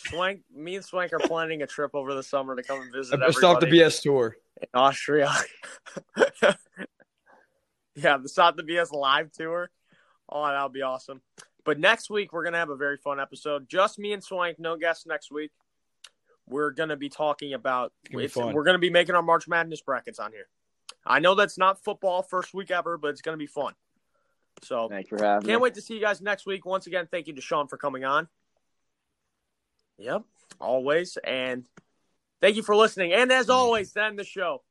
S1: Swank, me and Swank are planning a trip over the summer to come and visit
S3: I stopped the
S1: everybody
S3: BS tour.
S1: in Austria. *laughs* yeah, the Stop the BS live tour. Oh, that'll be awesome. But next week, we're going to have a very fun episode. Just me and Swank, no guests next week. We're going to be talking about,
S3: It's gonna be fun.
S1: we're going to be making our March Madness brackets on here. I know that's not football first week ever, but it's going to be fun. So
S2: Thank you for having
S1: can't
S2: me.
S1: wait to see you guys next week. Once again, thank you to Sean for coming on. Yep, always. And thank you for listening. And as always, then the show.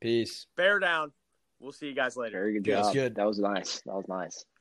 S3: Peace.
S1: Bear down. We'll see you guys later.
S2: Very good
S3: Yeah, that's
S2: job.
S3: good.
S2: That was nice. That was nice.